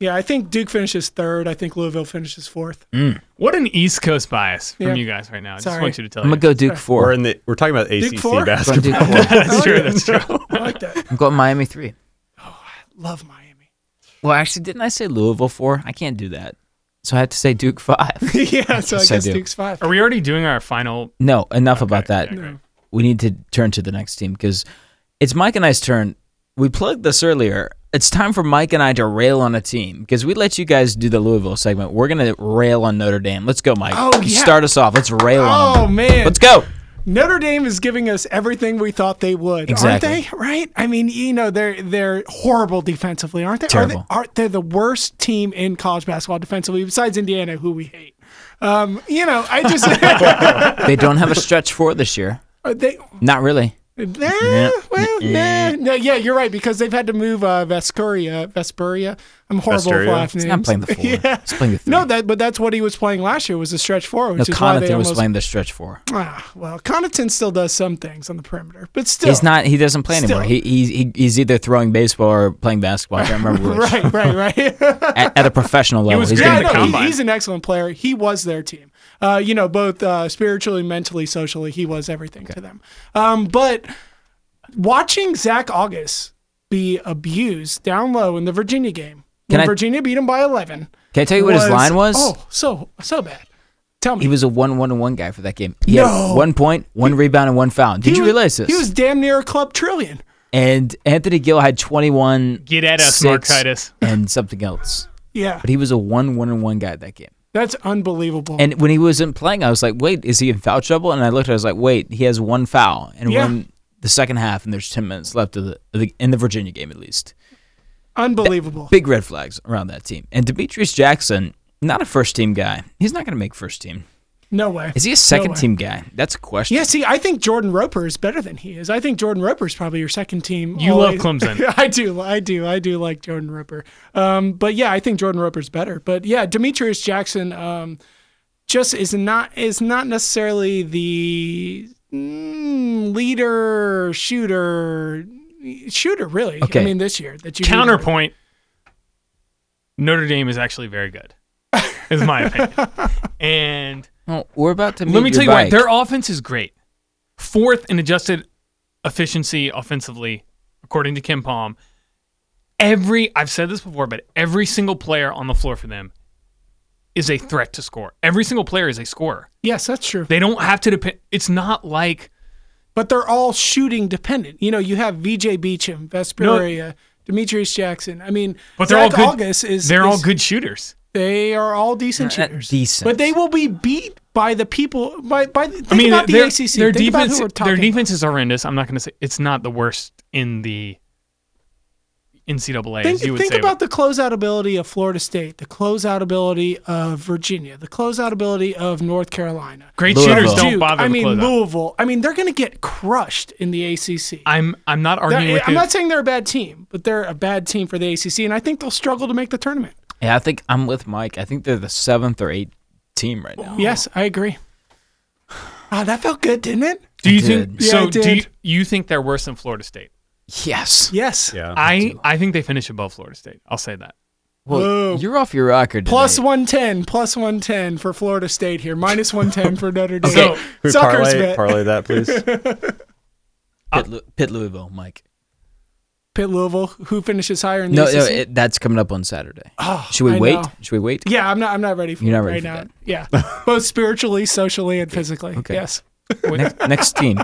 Yeah, I think Duke finishes third. I think Louisville finishes fourth. What an East Coast bias from Yeah. you guys right now. I just Sorry. want you to tell I'm you. gonna go Duke We're four. in the we're talking about ACC four? I'm going basketball. Duke four. that's true. That's true. I like that. I'm going Miami three. Love Miami. Well, actually, didn't I say Louisville four? I can't do that, so I had to say Duke five. yeah, so I Yes, I guess do. Duke's five. Are we already doing our final? No, enough about that. okay, okay. We need to turn to the next team because it's Mike and I's turn. We plugged this earlier. It's time for Mike and I to rail on a team because we let you guys do the Louisville segment. We're gonna rail on Notre Dame. Let's go, Mike. Oh, yeah. Start us off. Let's rail on. Oh them. man, Let's go. Notre Dame is giving us everything we thought they would, Exactly. aren't they? Right? I mean, you know, they're they're horrible defensively, aren't they? Terrible. Are they are they the worst team in college basketball defensively, besides Indiana, who we hate. Um, you know, I just They don't have a stretch four this year. are they. Not really. Nah, well, nah, nah, yeah, you're right because they've had to move uh, Vescuria, Vesperia. I'm horrible Vesturia? with last names. He's not playing the four. Yeah. He's playing the three. No, that but that's what he was playing last year was a stretch four, no which is why they Connaughton was almost. playing the stretch four. Ah, well, Connaughton still does some things on the perimeter, but still, He's not. He doesn't play anymore. Still. He, he he- he's either throwing baseball or playing basketball. I can't remember which. Right, right, right. at, at a professional level. was he's great gonna yeah, at the be- no, he- combine. he's an excellent player. He was their team. Uh, you know, both uh, spiritually, mentally, socially, he was everything to them. Um, but watching Zach August be abused down low in the Virginia game, Can when I- Virginia beat him by 11. Can I tell you what his line was? Oh, so so bad. Tell me. He was a one one and one guy for that game. He No. had one point, one rebound, and one foul. Did He you was- realize this? He was damn near a club trillion. and Anthony Gill had twenty one. Get at us, Markitis. and something else. Yeah, But he was a one one and one guy that game. that's unbelievable. And when he wasn't playing, I was like, wait, is he in foul trouble? And I looked at it, I was like, wait, he has one foul and Yeah. one the second half, and there's 10 minutes left of the, of the in the Virginia game at least. unbelievable. Big red flags around that team. And Demetrius Jackson, not a first team guy. He's not going to make first team. no way. Is he a second team guy? That's a question. Yeah, see, I think Jordan Roper is better than he is. I think Jordan Roper is probably your second team. You always- love Clemson. I do, I do, I do like Jordan Roper. Um, but yeah, I think Jordan Roper's better. But yeah, Demetrius Jackson um, just is not is not necessarily the mm, leader shooter shooter really. I Okay. mean, this year that you Counterpoint. Notre Dame is actually very good. is my opinion. And Well, we're about to meet let me your tell you why bike. their offense is great. Fourth in adjusted efficiency offensively, according to Kim Palm. Every I've said this before, but every single player on the floor for them is a threat to score. Every single player is a scorer. Yes, that's true. They don't have to depend. It's not like But they're all shooting dependent. You know, you have VJ Beecham, Vesperia, Demetrius Jackson. I mean, But they're all Zach good- August is they're all is- good shooters. They are all decent Not shooters. decent. But they will be beat by the people by by the, think I mean, about the their, ACC. their think about who defense, we're their talking defense is horrendous. I'm not going to say it's not the worst in the NCAA. about. Think, as you would think say, but- about the closeout ability of Florida State, the closeout ability of Virginia, the closeout ability of North Carolina. great Louisville. shooters. Don't Duke, bother. I with mean, closeout. Louisville. I mean, they're going to get crushed in the ACC. I'm I'm not They're- arguing with I'm you. not saying they're a bad team, but they're a bad team for the ACC, and I think they'll struggle to make the tournament. yeah, I think I'm with Mike. I think they're the seventh or eighth team right now. Yes, I agree. Ah, that felt good, didn't it? do you I think did. Yeah, so? I Do you, did. you think they're worse than Florida State? Yes. Yes. Yeah. I I think they finish above Florida State. I'll say that. Well, Whoa. you're off your rocker today. Plus 110, plus 110 for Florida State here, minus 110 for Notre Dame. So Can we Suckers parlay, bet. parlay that, please? Pitt, Lu- Pitt Louisville, Mike. Pitt Louisville, who finishes higher in the No, ACC? no, it, that's coming up on Saturday. Oh, Should we I wait? know. Should we wait? Yeah, I'm not. I'm not ready for You're it not ready right for now. that. Yeah, both spiritually, socially, and physically. Okay. Yes. Next, next team.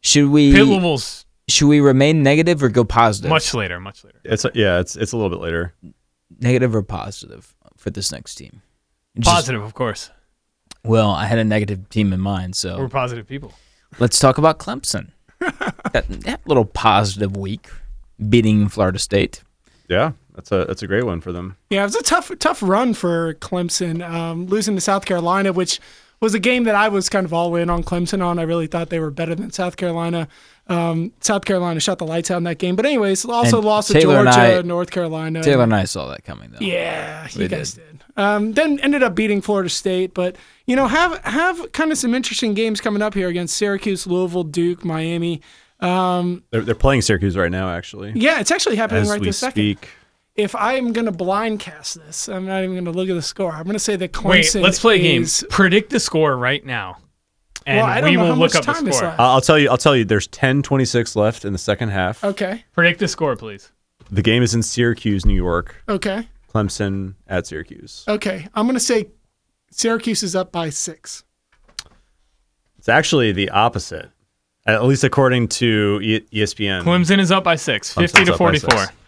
Should we Pitt Louisville's should we remain negative or go positive? much later, much later. It's yeah, it's it's a little bit later. negative or positive for this next team. Just- Positive, of course. well, I had a negative team in mind, We're Oh. so positive people. let's talk about Clemson. that, that little positive week, beating Florida State. Yeah, that's a that's a great one for them. Yeah, it was a tough, tough run for Clemson, um, losing to South Carolina, which was a game that I was kind of all in on Clemson on. I really thought they were better than South Carolina. Um, South Carolina shot the lights out in that game, but anyways, also And lost Taylor and to Georgia, I- North Carolina. Taylor and I saw that coming though. Yeah, you They guys did. Um, then ended up beating Florida State, but you know have have kind of some interesting games coming up here against Syracuse, Louisville, Duke, Miami. They're, they're playing Syracuse right now, actually, Yeah, it's actually happening as right we this second. speak. If I am going to blind cast this, I'm not even going to look at the score. I'm going to say that Wait, Clemson. let's play a game. is- Predict the score right now, and well, I don't we know will how look much up the time is score. left. I'll I'll tell you. I'll tell you. There's 10:26 left in the second half. Okay, Predict the score, please. The game is in Syracuse, New York. okay, Clemson at Syracuse. okay. I'm going to say Syracuse is up by six. It's actually the opposite, at least according to E- ESPN. Clemson is up by six, Clemson's 50 to up by 44. six.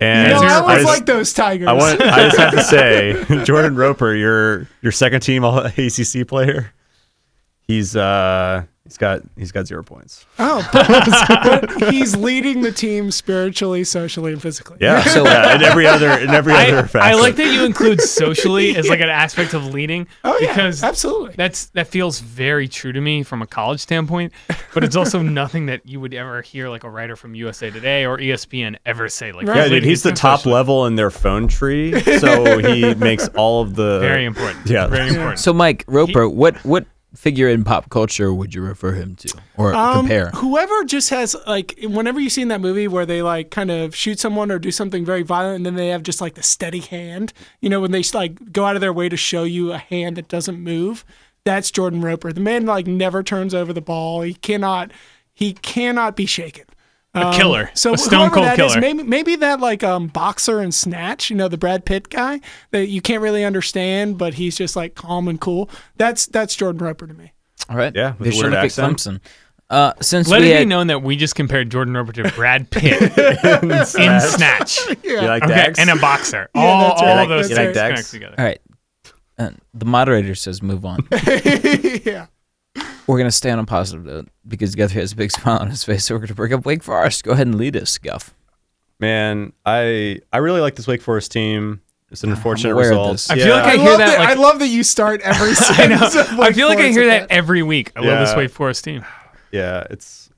And No, I Syracuse- always just- like those Tigers. I want. I just have to say, Jordan Roper, your your second team All ACC player. He's uh he's got he's got zero points. oh, but- but he's leading the team spiritually, socially, and physically. Yeah. So- yeah, in every other in every I, other I facet. like that you include socially as like an aspect of leading Oh yeah, because absolutely. That's that feels very true to me from a college standpoint, but it's also nothing that you would ever hear like a writer from USA Today or E ESPN ever say. Like, Right. Yeah, he's dude, leading he's the his team top socially. level in their phone tree, so he makes all of the Very important. Yeah. very important. So Mike Roper, what what figure in pop culture would you refer him to or compare? Whoever just has like whenever you see in that movie where they like kind of shoot someone or do something very violent and then they have just like the steady hand, you know, when they like go out of their way to show you a hand that doesn't move, that's Jordan Roper. The man like never turns over the ball. He cannot he cannot be shaken. a killer. So a stone whoever cold that killer. is, maybe maybe that like um boxer and snatch, you know, the Brad Pitt guy that you can't really understand, but he's just like calm and cool. That's that's Jordan Roper to me. All right. Yeah, with They a should weird have picked Clemson. accent. Uh, since Let we it had, be known that we just compared Jordan Roper to Brad Pitt in Snatch. You like Okay, Dax? and a boxer. Yeah, all that's right. all You like- those you things like Dax? connect together. All right. Uh, the moderator says move on. yeah. We're gonna stay on a positive note because Guthrie has a big smile on his face. So we're gonna break up Wake Forest. Go ahead and lead us, Guff. Man, I I really like this Wake Forest team. It's an unfortunate aware of result. this. I feel like I- I, hear love that, that. like- I love that you start every sentence. of I feel like I Florence hear with that every week. I love this Yeah. Wake Forest team. yeah, it's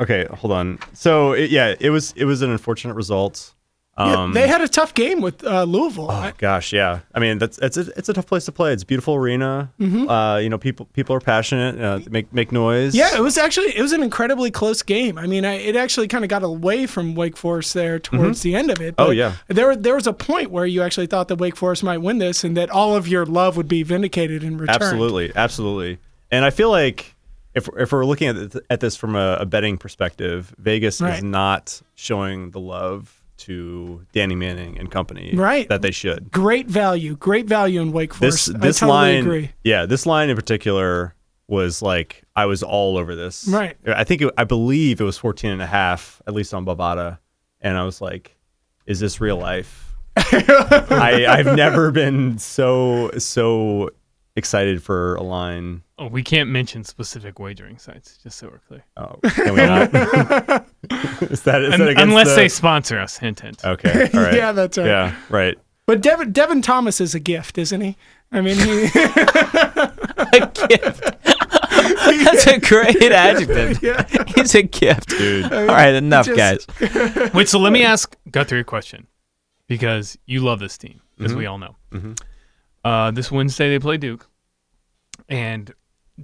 okay. Hold on. So it, yeah, it was it was an unfortunate result. Yeah, Um, they had a tough game with uh, Louisville. I- Gosh, yeah. I mean, that's it's a it's a tough place to play. It's a beautiful arena. Mm-hmm. Uh, you know, people people are passionate. Uh, they make make noise. yeah, it was actually it was an incredibly close game. I mean, I, it actually kind of got away from Wake Forest there towards the end of it. Oh, but yeah. there there was a point where you actually thought that Wake Forest might win this and that all of your love would be vindicated in return. absolutely, absolutely. And I feel like if if we're looking at th- at this from a, a betting perspective, Vegas Right. is not showing the love to Danny Manning and company Right. that they should. Great value, great value in Wake This Forest. this I totally line, agree. yeah, this line in particular was like I was all over this. Right. I think it, I believe it was 14 and a half at least on Bovada and I was like is this real life? I I've never been so so excited for a line. Oh, we can't mention specific wagering sites, just so we're clear. Oh, can we not? is that, is that Un- against unless the- Oh. they sponsor us, hint, hint. Okay. All right. Yeah, that's right. Yeah, right. But Devin, Devin Thomas is a gift, isn't he? I mean, he, That's a great adjective. He's a gift. Dude. Uh, All right, enough, just- guys. Wait, so let me ask Guthrie a question because you love this team, as we all know. Uh, this Wednesday they play Duke, and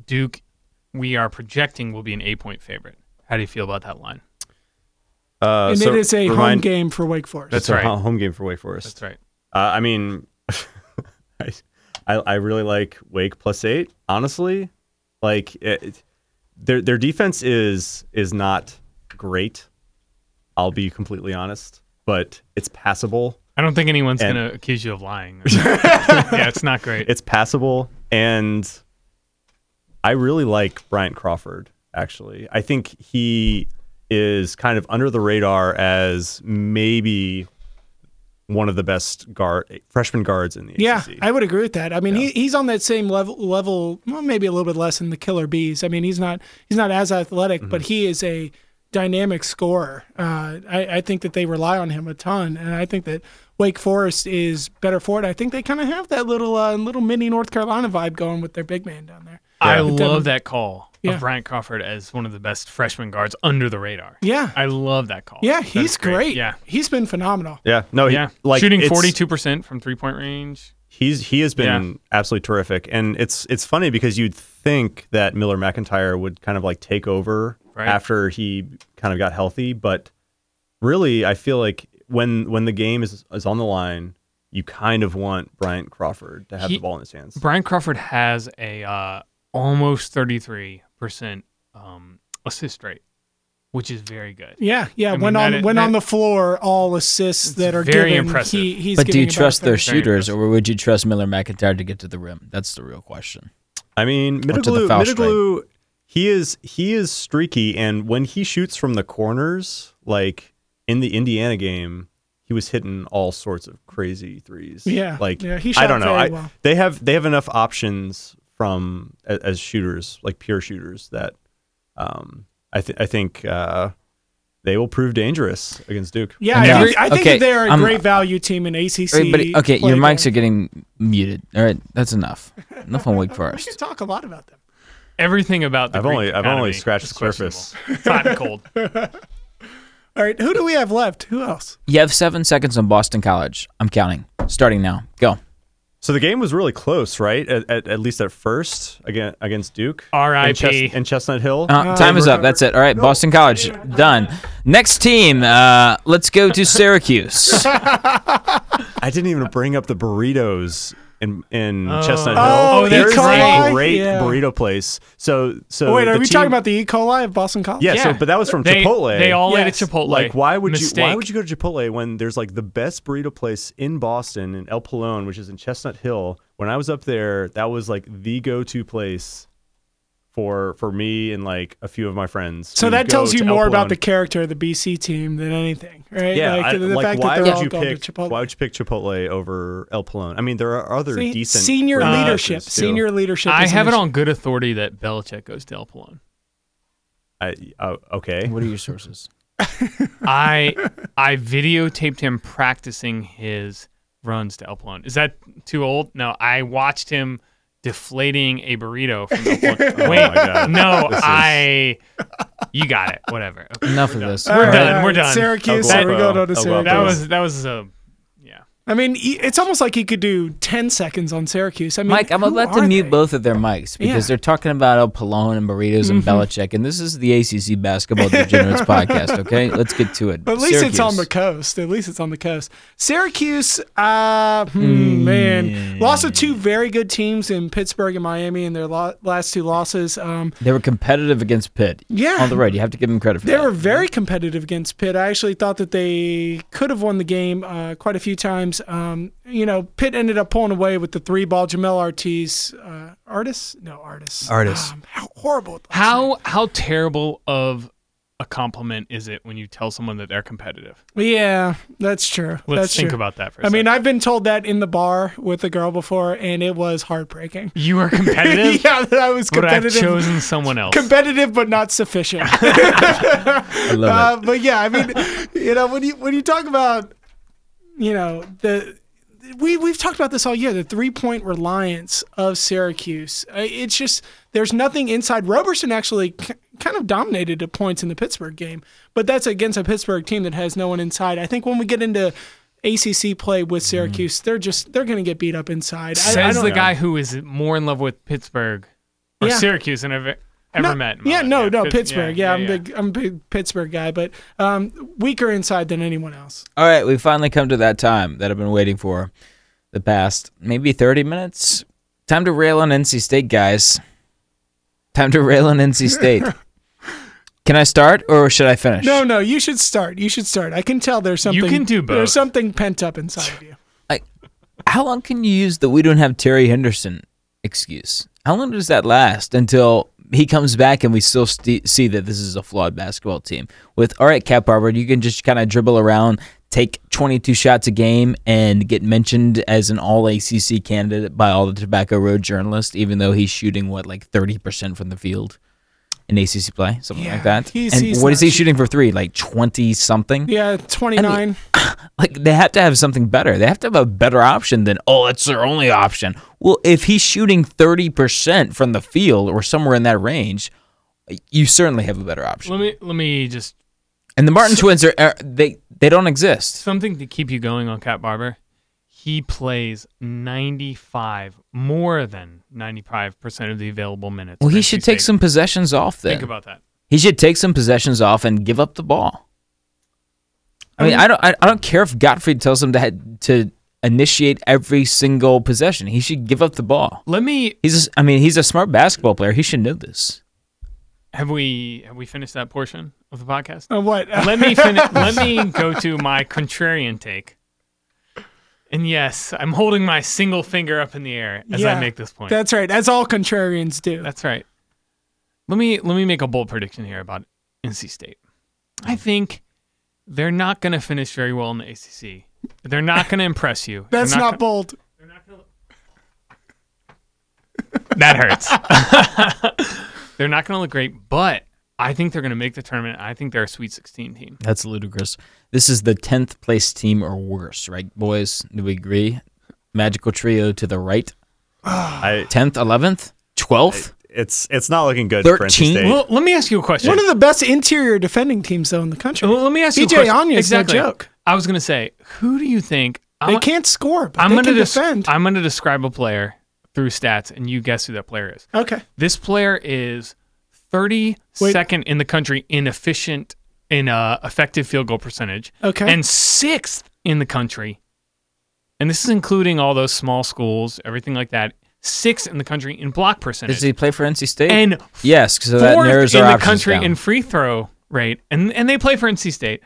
Duke, we are projecting will be an eight-point favorite. How do you feel about that line? Uh, and so it is a home remind- game for Wake Forest. That's That's right. a home game for Wake Forest. That's right. Uh, I mean, I, I I really like Wake plus eight. Honestly, like it, it- their their defense is is not great. I'll be completely honest, but it's passable. I don't think anyone's And- going to accuse you of lying. yeah, it's not great. It's passable, and I really like Bryant Crawford. Actually, I think he is kind of under the radar as maybe one of the best guard freshman guards in the Yeah, ACC. I would agree with that. I mean, he, he's on that same level, level, well, maybe a little bit less than the Killer Bees. I mean, he's not he's not as athletic, but Mm-hmm. he is a dynamic scorer. Uh, I, I think that they rely on him a ton, and I think that Wake Forest is better for it. I think they kind of have that little uh, little mini North Carolina vibe going with their big man down there. I Yeah. love that call Yeah. of Bryant Crawford as one of the best freshman guards under the radar. Yeah, I love that call. yeah, That's he's great. Yeah. he's been phenomenal. Yeah, no, Oh, he- Yeah. like Shooting it's- 42% from three point range. He's he has been absolutely terrific, and it's it's funny because you'd think that Miller McIntyre would kind of like take over Right. after he kind of got healthy, but really, I feel like when when the game is is on the line, you kind of want Bryant Crawford to have He- the ball in his hands. Brian Crawford has a uh, almost 33% um, assist rate, which is very good. Yeah, yeah. mean, when on that- when that- on the floor, all assists that are very given, impressive. He, he's But do giving you about trust their thirty. Very shooters, or would you trust Miller McIntyre to get to the rim? That's the real question. I mean, Or to the Middleglu, foul Middleglu, he is he is streaky, and when he shoots from the corners, like in the Indiana game, he was hitting all sorts of crazy threes. Yeah, like yeah, he I shot don't know. very I, well. They have they have enough options from as, as shooters, like pure shooters, that um, I th- I think uh, they will prove dangerous against Duke. Yeah, Yeah. I think, I think Okay, that they are a I'm- great value team in ACC. Everybody, okay, play your mics are again. getting muted. All right, that's enough. Enough on Wake Forest. We should talk a lot about them. Everything about the I've Greek only- I've only economy scratched is the surface. questionable. It's hot and cold. All right, who do we have left? Who else? You have seven seconds on Boston College. I'm counting. Starting now. Uh, Go. So the game was really close, right? At, at, at least at first, again against Duke. R.I.P.. In, Chest- in Chestnut Hill. Uh, time is up. That's it. All right, Boston College. Done. Next team. Uh, let's go to Syracuse. I didn't even bring up the burritos in in Chestnut Hill. Oh, the there is Ecoli? a great Yeah. burrito place. So so Oh, wait, are the we team- talking about the E. coli of Boston College? yeah, So, Yeah. but that was from They, Chipotle. they all Yes. ate at Chipotle. like why would Mistake. you why would you go to Chipotle when there's like the best burrito place in Boston in El Palone, which is in Chestnut Hill. When I was up there, that was like the go to place for for me and like a few of my friends. So We'd that go tells you to El more about Palone. the character of the BC team than anything, right? Yeah, like I- the fact why that they're would all you going pick to Chipotle. why would you pick Chipotle over El Palone? I mean, there are other See, decent senior burrito leadership, places, too. senior leadership. I is an have it issue. on good authority that Belichick goes to El Palone. I, uh, okay. what are your sources? I I videotaped him practicing his runs to El Palone. Is that too old? No, I watched him deflating a burrito from El Palone. Oh Wait, my God. no, This is- I you got it. Whatever. Okay. Enough of this. All done, we're done. Syracuse. I'll so go we up, go uh, down to I'll go Syracuse. up, That was that was uh, a yeah. I mean, he- it's almost like he could do 10 seconds on Syracuse. I mean, Mike, I'm gonna who let them are mute they? both of their mics because Yeah. Mm-hmm. they're talking about El Palone and burritos and Belichick, and this is the ACC basketball degenerates podcast. Okay, let's get to it. But at least it's on the coast. At least it's on the coast. Syracuse, uh, Mm. hmm, man, lost to two very good teams in Pittsburgh and Miami in their lo- last two losses. Um, They were competitive against Pitt. Yeah. on the road. You have to give them credit for they that. were very competitive against Pitt. I actually thought that they could have won the game uh, quite a few times. Um, you know, Pitt ended up pulling away with the three ball Jamel Artis. Uh, Artis? No, Artis. Artis. Um, how horrible. How how terrible of a compliment is it when you tell someone that they're competitive? Yeah, that's true. Let's that's think true. about that for a I mean, second. I've been told that in the bar with a girl before, and it was heartbreaking. you are competitive. yeah, that I was Would I have competitive. chosen someone else? competitive, but not sufficient. I love uh, but yeah, I mean, you know, when you when you talk about, you know, the we we've talked about this all year, the three point reliance of Syracuse. Uh, It's just there's nothing inside. Roberson actually k- kind of dominated the points in the Pittsburgh game, but that's against a Pittsburgh team that has no one inside. I think when we get into ACC play with Syracuse, they're just they're going to get beat up inside. I- I, Says don't- the guy who is more in love with Pittsburgh or Yeah. Syracuse than I've e- ever No, met. in my Yeah, life. no, no, Pitts- Pittsburgh. Yeah, I'm big. I'm a big Pittsburgh guy, but um, weaker inside than anyone else. All right, we finally come to that time that I've been waiting for the past maybe 30 minutes. Time to rail on NC State, guys. Time to rail on NC State. Can I start or should I finish? No, no, you should start. You should start. I can tell there's something. can do both. There's something pent up inside of you. How long can you use the we don't have Terry Henderson excuse? How long does that last until he comes back and we still st- see that this is a flawed basketball team? With, all right, Cap Barber, you can just kind of dribble around, take 22 shots a game, and get mentioned as an all ACC candidate by all the Tobacco Road journalists, even though he's shooting, what, like 30% from the field? In ACC play, something Yeah, like that. he's- and he's what not is he shooting. shooting for three? Like twenty something Yeah, 29. like they have to have something better. They have to have a better option than oh, it's their only option. Well, if he's shooting thirty percent from the field or somewhere in that range, you certainly have a better option. Let me let me just And the Martin twins are are- they they don't exist. something to keep you going on Cat Barber. He plays 95, more than 95% of the available minutes. Well, for he NC should take State. some possessions off Think then. about that. He should take some possessions off and give up the ball. I mean, I don't I, I don't care if Gottfried tells him to head, to initiate every single possession. He should give up the ball. Let me. He's a s- I mean, he's a smart basketball player. He should know this. Have we have we finished that portion of the podcast? Uh, what? Let me finish. let me go to my contrarian take. And yes, I'm holding my single finger up in the air as I Yeah, make this point. That's right. As all contrarians do. That's right. Let me let me make a bold prediction here about NC State. I Hmm. think they're not going to finish very well in the ACC. They're not going to impress you. They're That's not, go- bold. that hurts. they're not going to look great, but I think they're going to make the tournament. I think they're a Sweet 16 team. That's ludicrous. This is the tenth place team or worse, right, boys? Do we agree? Magical trio to the right. I, Tenth, eleventh, twelfth. it's it's not looking good for 13? NC State. Well, let me ask you a question. One of the best interior defending teams though in the country. Well, let me ask you a BJ question. Anya's no exactly. joke. I was going to say, who do you think I They wa- can't score, but Oh, I'm they going to can des- defend. I'm going to describe a player through stats and you guess who that player is. okay. This player is 32nd Wait. in the country in efficient in uh, effective field goal percentage. Okay. And sixth in the country. And this is including all those small schools, everything like that. Sixth in the country in block percentage. Does he play for NC State? and yes, so that narrows fourth in our the options country down. in free throw rate. And and they play for NC State.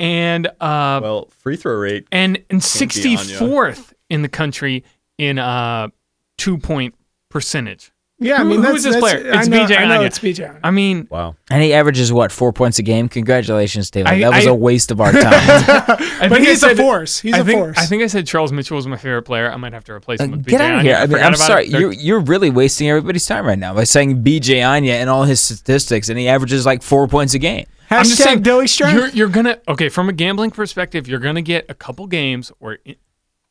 And uh well, free throw rate. and and be on ya. 64th in the country in uh two point percentage. Yeah, I Who- mean, who that's, is this that's- player? I It's know, BJ I know Anya. it's BJ. Anya. I mean, Wow. and he averages what four points a game. Congratulations, Taylor. I- that was I- a waste of our time. I But think I he's a said- force. He's I a think, force. I think I said Charles Mitchell was my favorite player. I might have to replace him with Uh, Get BJ out of Anya. here! I mean, forgot I'm about sorry. it. They're- You're you're really wasting everybody's time right now by saying B.J. Anya and all his statistics, and he averages like four points a game. Hashtag I'm just saying, Doey Strength. You're, you're gonna okay from a gambling perspective. You're gonna get a couple games where I-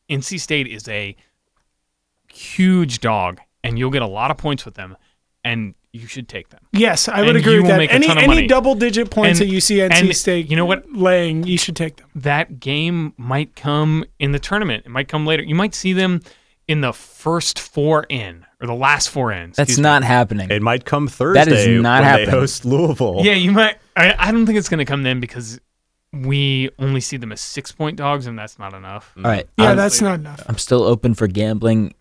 NC State is a huge dog, and you'll get a lot of points with them, and you should take them. Yes, I would And agree you with will that. make a Any ton of any money. double digit points And- that you see NC and State, you know what? laying, you should take them. That game might come in the tournament. It might come later. You might see them in the first four in or the last four in. That's excuse me. not happening. It might come Thursday That is not when happening. they host Louisville. Yeah, you might. I, I don't think it's going to come then because we only see them as six point dogs, and that's not enough. All right. Um, Yeah, I'm, that's not enough. I'm still open for gambling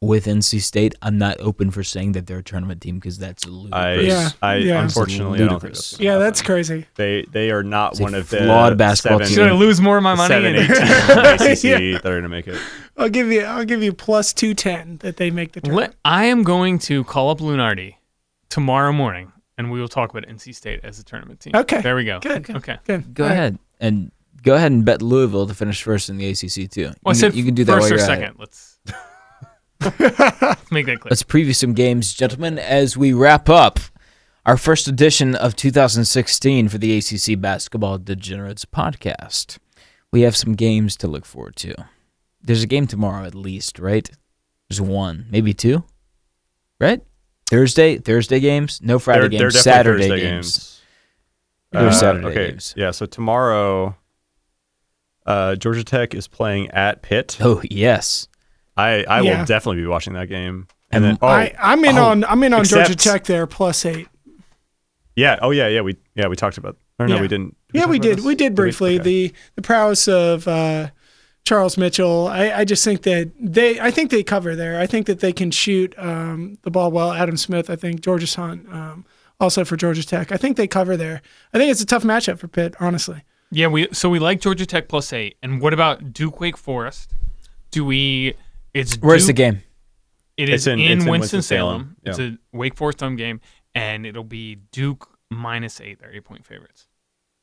with NC State. I'm not open for saying that they're a tournament team because that's ludicrous. I, Yeah, I yeah. unfortunately I don't think Ludicrous. that's Yeah, that's crazy. they they are not a one of the flawed basketball seven, team. Should I lose more of my money? seven, And- eight teams in the ACC that are gonna make it. I'll give you I'll give you plus two ten that they make the tournament. Let, I am going to call up Lunardi tomorrow morning, and we will talk about NC State as a tournament team. Okay. There we go. Good. Okay. Good. go All right. ahead and go ahead and bet Louisville to finish first in the ACC too. Well, I you, said you can do that first while or you're at it. second. Let's make that clear. Let's preview some games, gentlemen, as we wrap up our first edition of 2016 for the ACC Basketball Degenerates podcast. We have some games to look forward to. There's a game tomorrow, at least, right? There's one, maybe two, right? Thursday, Thursday games, no Friday They're- games, they're definitely Saturday Thursday games. games. Or Uh, Saturday okay. games. Yeah, so tomorrow uh, Georgia Tech is playing at Pitt. Oh yes, I, I Yeah. will definitely be watching that game. And And then oh I, I'm in Oh. on I'm in on Georgia Except- Tech there plus eight. yeah, oh yeah, yeah, we yeah, we talked about or no, Yeah. we didn't. yeah, talk we about did. this? We did briefly Okay. the the prowess of uh, Charles Mitchell. I, I just think that they I think they cover there. I think that they can shoot um, the ball well. Adam Smith. I think Georgia Hunt. Um, also for Georgia Tech. I think they cover there. I think it's a tough matchup for Pitt. Honestly, Yeah, we so we like Georgia Tech plus eight. And what about Duke Wake Forest? Do we? It's where's the Duke- game? It It's is in- in, it's in Winston Winston-Salem. Salem. It's a Wake Forest home game, and it'll be Duke minus eight. They're eight point favorites.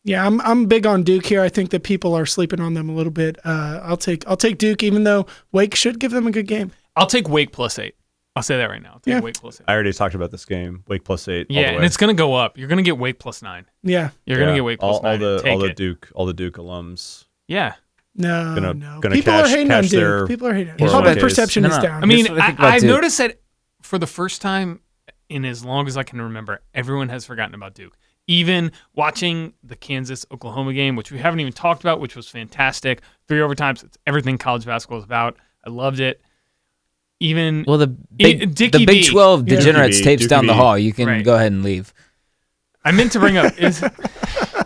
yeah, I'm I'm big on Duke here. I think that people are sleeping on them a little bit. Uh, I'll take I'll take Duke, even though Wake should give them a good game. I'll take Wake plus eight. I'll say that right now. I'll take Yeah. Wake plus eight. I already talked about this game. Wake plus eight. all Yeah, the and way. it's gonna go up. You're gonna get Wake plus nine. Yeah, You're gonna Yeah, get Wake all, all plus nine. the Take all the it. Duke all the Duke alums. Yeah. no, Gonna- no. gonna people cash- are hating cash on Duke. their people are hating. on Yeah. Duke. Public 401ks. perception No, is no. down. I mean, Here's what I I, think about I've Duke. noticed that for the first time in as long as I can remember, everyone has forgotten about Duke. Even watching the Kansas Oklahoma game, which we haven't even talked about, which was fantastic. Three overtimes. It's everything college basketball is about. I loved it. Even Well, the I- E, big, Dickie the Big B. 12 Yeah. degenerates Dickie B, tapes Dickie down the B. hall. You can Right. go ahead and leave. I meant to bring up is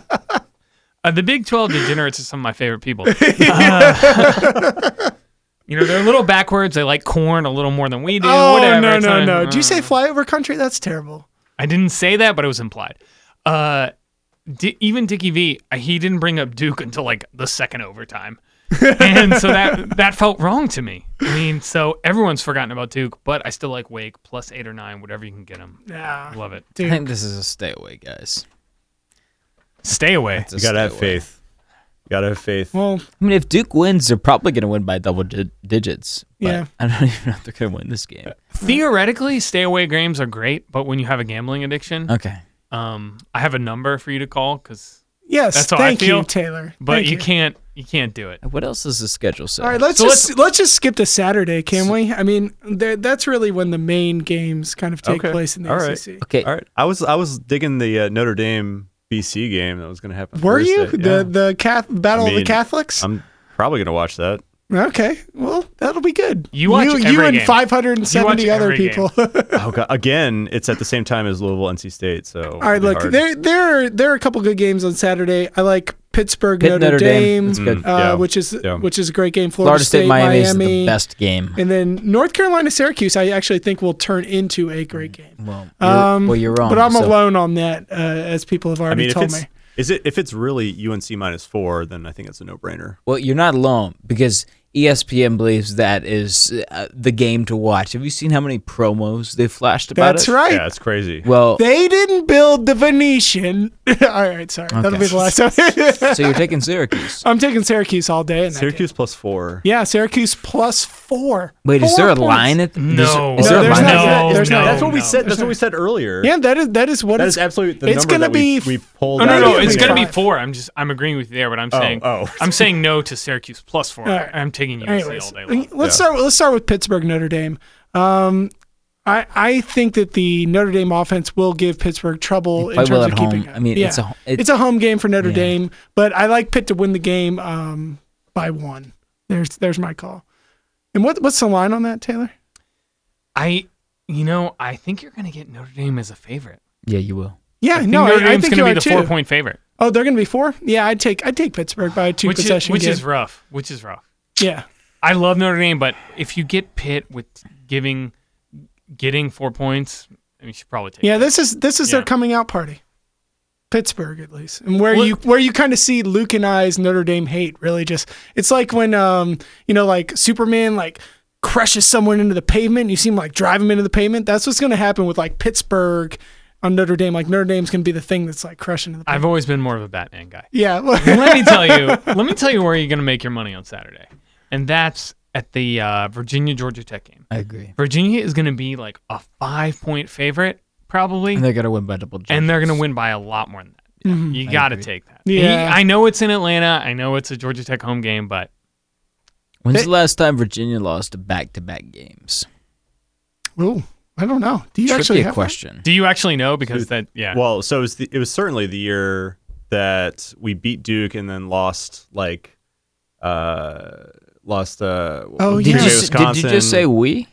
uh, the Big 12 degenerates are some of my favorite people. Uh, you know, they're a little backwards. They like corn a little more than we do. Oh Whatever. no It's no not- no! Did you Uh, say flyover country? That's terrible. I didn't say that, but it was implied. Uh, di even Dickie V, uh, he didn't bring up Duke until like the second overtime, and so that that felt wrong to me. I mean, so everyone's forgotten about Duke, but I still like Wake plus eight or nine, whatever you can get them. Nah, Love it. I dude. think this is a stay away, guys. Stay away. It's a You gotta stay have away. faith. You gotta have faith. well, I mean, if Duke wins, they're probably going to win by double di- digits. but Yeah. I don't even know if they're going to win this game. Theoretically, stay away games are great, but when you have a gambling addiction, Okay. um, I have a number for you to call because, yes. That's how I thank you, feel. Taylor. but Thank you, can't you can't do it. What else is the schedule say? All right, let's So just let's, just skip to Saturday, can we? I mean, there- that's really when the main games kind of take Okay. place in the E All right. ACC. okay. All right. I was I was digging the uh, Notre Dame BC game that was gonna happen. Were you Thursday. the Yeah. the Cath- battle I of the mean, Catholics? I'm probably gonna watch that. okay, well that'll be good. You watch you, every and game. 570 You watch other every people. Oh god. Again, it's at the same time as Louisville NC State, so All right, look, there there are, there are a couple good games on Saturday. I like Pittsburgh, Pitt, Notre, Notre Dame. Dame, That's good. Uh, Yeah. which is Yeah. which is a great game. Florida, Florida State, Miami, is the Miami. best game. And then North Carolina Syracuse, I actually think will turn into a great game. Well, you're, Um, well, you're wrong. But I'm so- alone on that, uh, as people have I already mean if told it's me. is it if it's really UNC minus four, then I think it's a no brainer. Well, you're not alone because E ESPN believes that is uh, the game to watch. Have you seen how many promos they flashed about That's it? right. Yeah, it's crazy. Well, They didn't build the Venetian. all right, sorry, that'll be the last time. so you're taking Syracuse. I'm taking Syracuse all day. And that Syracuse plus four. game. Yeah, Syracuse plus four. Wait, is Four there a points. line at No. is there- is there No, a there's line? not yet. at- There's no, not- that's what we no. said. That's what we said earlier. Yeah, that is that is what that it's is absolutely the it's number gonna that we, be we pulled. Oh no, out no, of Maybe it's the it'll gonna be be five. four. I'm just I'm agreeing with you there, but I'm Oh, saying oh. I'm saying no to Syracuse plus four. All right. I'm taking UNC Anyways, all day long. let's start. Let's start with Pittsburgh Notre Dame. Um, I, I think that the Notre Dame offense will give Pittsburgh trouble in Probably will terms of at keeping. home. I mean, yeah. it's a- it's, it's- a home game for Notre Dame, but I like Pitt to win the game um, by one. There's there's my call. And what what's the line on that, Taylor? I, you know, I think you're going to get Notre Dame as a favorite. Yeah, you will. Yeah, I think no, I, Notre I Dame's think going to you be are the too. four point favorite, Oh, they're going to be four. Yeah, I'd take I'd take Pittsburgh by a two which is possession which game. is rough. Which is rough. yeah, I love Notre Dame, but if you get Pitt with giving, getting four points, I mean, you should probably take. yeah. it. This is this is their Yeah. coming out party, Pittsburgh at least, and where Well- you where you kind of see Luke and I's Notre Dame hate. Really, just it's like when um you know like Superman like crushes someone into the pavement. And you see him like drive him into the pavement. That's what's going to happen with like Pittsburgh on Notre Dame. Like Notre Dame's going to be the thing that's like crushing into the. I've always been more of a Batman guy. yeah, let me tell you. Let me tell you where you're going to make your money on Saturday, and that's at the uh, Virginia Georgia Tech game. I agree. Virginia is going to be like a five point favorite probably, And they're gonna win by double digits. and they're going to win by a lot more than that. Yeah, You got to take that. Yeah. I know it's in Atlanta. I know it's a Georgia Tech home game, but When's the last time Virginia lost to back-to-back games? Ooh, I don't know. Do you actually Trivia have that? question. do you actually know? Because that yeah. Well, so it was, the, it was certainly the year that we beat Duke and then lost like uh lost uh Oh, Green yeah. Did, you, s- Bay, did you Wisconsin. just say we?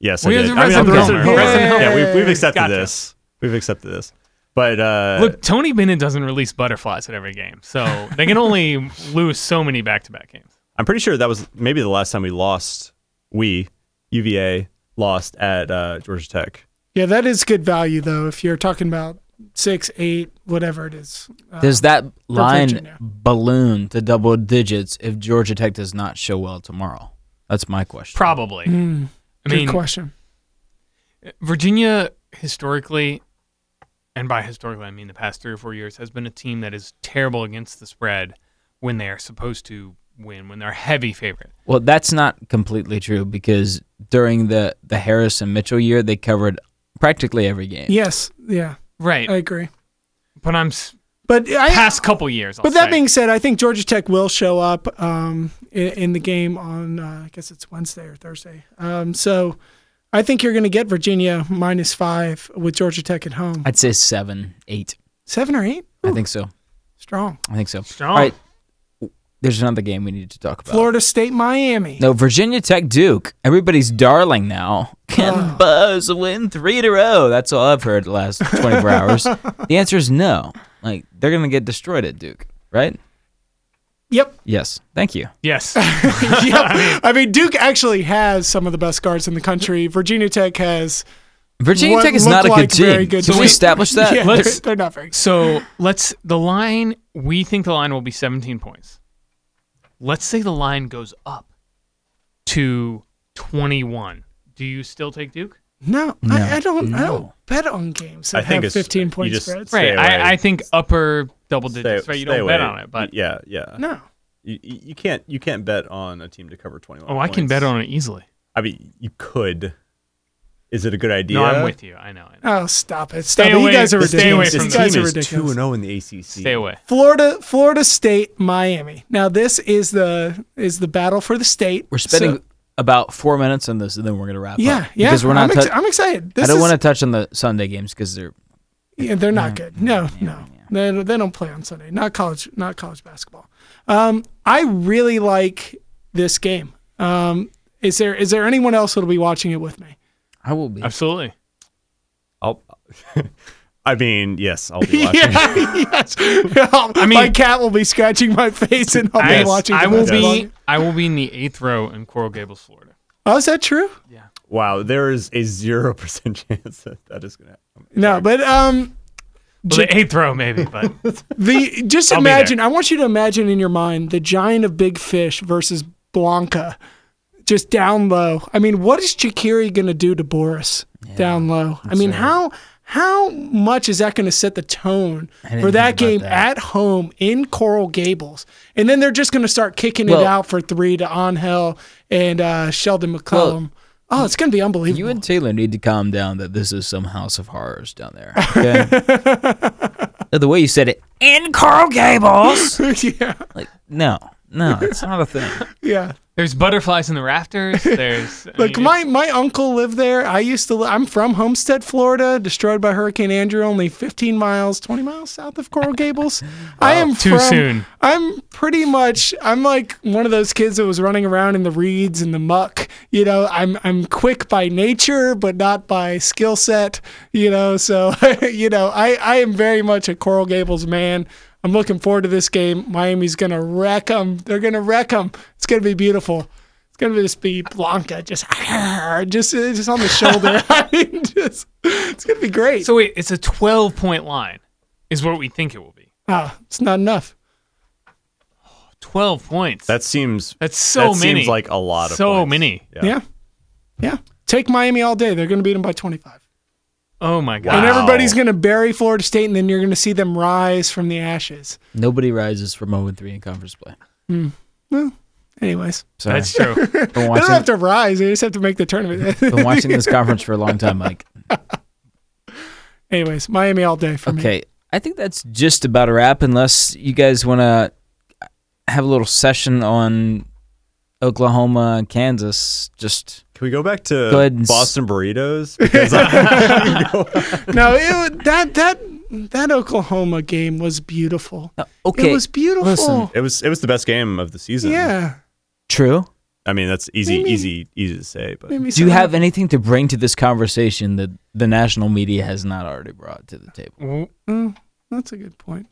yes We I have did. the I mean, resident the resident- Homer. resident- yeah we've, we've Yay. accepted Gotcha. this we've accepted this but uh Look, Tony Bennett doesn't release butterflies at every game, so they can only lose so many back-to-back games. I'm pretty sure that was maybe the last time we lost we UVA lost at uh Georgia Tech Yeah, that is good value though. If you're talking about six, eight, whatever it is. Uh, Does that line Virginia. balloon to double digits if Georgia Tech does not show well tomorrow? That's my question. Probably. I mm, good mean, question. Virginia historically, and by historically I mean the past three or four years, has been a team that is terrible against the spread when they are supposed to win, when they're a heavy favorite. Well, that's not completely true because during the the Harris and Mitchell year, they covered practically every game. Yes, yeah, Right. I agree. but I'm s- But I, past couple years. I'll but that say. being said, I think Georgia Tech will show up um, in, in the game on uh, I guess it's Wednesday or Thursday. Um, so I think you're going to get Virginia minus five with Georgia Tech at home. I'd say seven, eight. Seven or eight, I think so. strong. I think so. Strong. Oh. All right. There's another game we need to talk about. Florida State, Miami. No, Virginia Tech Duke. Everybody's darling now. Can Buzz win three in a row? That's all I've heard the last 24 hours. The answer is no. Like, they're going to get destroyed at Duke, right? Yep, Yes. Thank you. yes, yep. I mean Duke actually has some of the best guards in the country. Virginia Tech has. Virginia What Tech is not looked a good like team. very good Did team. we establish that? yeah, they're, Let's- they're not very. Good. so let's the line. We think the line will be 17 points. Let's say the line goes up to 21. Do you still take Duke? No, I, I don't. I don't no. bet on games I that think have it's 15 you point just- spreads. Stay right. I, away. I think upper double Stay- digits. right. You stay don't bet away. on it, but yeah yeah No. you, you you can't you can't bet on a team to cover 21 oh, I can points. bet on it easily. I mean, you could. Is it a good idea? No, I'm with you. I know. I know. Oh, stop it! Stop it. away- You guys are This ridiculous. team- away you from this that. guys team are is two ridiculous. and zero in the ACC. Stay away. Florida, Florida State, Miami. Now this is the is the battle for the state. We're spending So- about four minutes on this, and then we're going to wrap yeah, up. yeah. Because we're not. I'm, ex- tou- I'm excited. This I don't Mm, is, want to touch on the Sunday games because they're. Yeah, they're not good. No, no, they They, they don't play on Sunday. Not college. Not college basketball. Um, I really like this game. Um, is there is there anyone else that'll be watching it with me? I will be. Absolutely. I'll, I mean, yes, I'll be watching. Yeah, yes. I mean, my cat will be scratching my face, and I'll I, be watching. I the will basketball be. game. I will be in the eighth row in Coral Gables, Florida. Oh, is that true? Wow, there is a zero percent chance that that is gonna happen. No, but um, Well, the eighth row maybe, but the just I'll be there. imagine. I want you to imagine in your mind the giant of big fish versus Blanca, just down low. I mean, what is Chikiri gonna do to Boris down low? I mean, how how much is that gonna set the tone for that game at home in Coral Gables? And then they're just gonna start kicking it Well- out for three to Angel and uh, Sheldon McCollum. oh, it's gonna be unbelievable. You and Taylor need to calm down that this is some house of horrors down there. Okay? the way you said it, in Carl Gables. yeah. Like, no, No, it's not a thing. Yeah. There's butterflies in the rafters. There's I Like mean, my my uncle lived there. I used to. Li- I'm from Homestead, Florida, destroyed by Hurricane Andrew, only 15 miles, 20 miles south of Coral Gables. I am too from- soon. I'm pretty much. I'm like one of those kids that was running around in the reeds and the muck. You know, I'm I'm quick by nature, but not by skill set. You know, so you know, I I am very much a Coral Gables man. I'm looking forward to this game. Miami's gonna wreck them. They're gonna wreck them. It's gonna be beautiful. It's gonna just be Blanca, just just just on the shoulder. I mean, just it's gonna be great. So wait, it's a 12 point line, is what we think it will be. Ah, it's not enough. 12 points. That seems That's so that many. Seems like a lot of So points. many. Yeah. yeah, Take Miami all day. They're gonna beat them by 25. Oh my Wow. god. And everybody's going to bury Florida State, and then you're going to see them rise from the ashes. Nobody rises from 0 3 in conference play. Anyways, Sorry. That's true. been they don't have watching, to rise; they just have to make the tournament. been watching this conference for a long time, Mike. Anyways, Miami all day for me. Okay. I think that's just about a wrap, unless you guys want to have a little session on Oklahoma and Kansas. Just Can we go back to Go ahead and s- Boston burritos? Because I, No, it, that that that Oklahoma game was beautiful. Uh, okay. it was beautiful. listen. it was it was the best game of the season. yeah. true. I mean that's easy, Maybe- easy, easy to say, but Made me Do you sad. have anything to bring to this conversation that the national media has not already brought to the table? W- oh, That's a good point.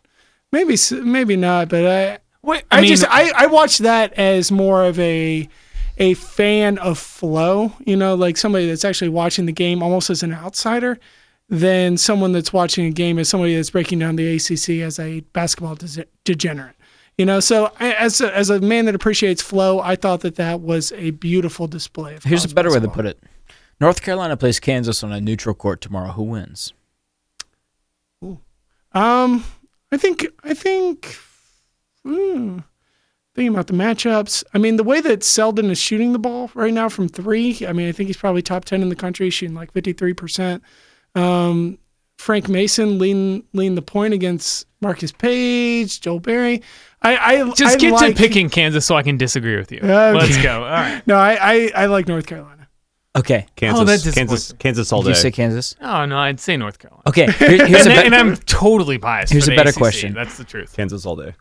Maybe s- maybe not, but I Wait, I, I, mean, just I, I watch that as more of a a fan of flow, you know, like somebody that's actually watching the game almost as an outsider than someone that's watching a game as somebody that's breaking down the ACC as a basketball des- degenerate. You know, so I, as a, as a man that appreciates flow, I thought that that was a beautiful display. Of Here's a college better way to basketball. put it. North Carolina plays Kansas on a neutral court tomorrow. Who wins? Um, I think I think hmm, thinking about the matchups. I mean, the way that Seldon is shooting the ball right now from three. I mean, I think he's probably top ten in the country, shooting like fifty three percent. Um, Frank Mason lean lean the point against Marcus Page, Joel Berry. I I just I get like, to picking Kansas so I can disagree with you. Okay. Let's go. All right. No, I, I I like North Carolina. Okay. Kansas, Oh, that Kansas, disappoints Kansas all Did day. you say Kansas? Oh no, I'd say North Carolina. Okay. here- here's a And, bet- and I'm totally biased. Here's for a the better ACC. question. That's the truth. Kansas all day.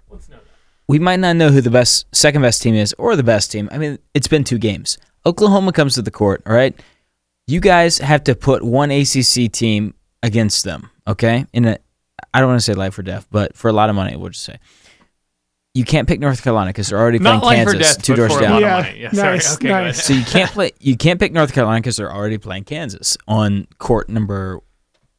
we might not know who the best second best team is or the best team. I mean, it's been two games. Oklahoma comes to the court, all right? You guys have to put one ACC team against them, okay? In a I don't want to say life or death, but for a lot of money, we'll just say. You can't pick North Carolina because they're already Not playing life Kansas or death. two but doors for a down. lot of Yeah, money. Yeah. sorry. nice, Okay, go ahead. nice. So you can't play. You can't pick North Carolina because they're already playing Kansas on court number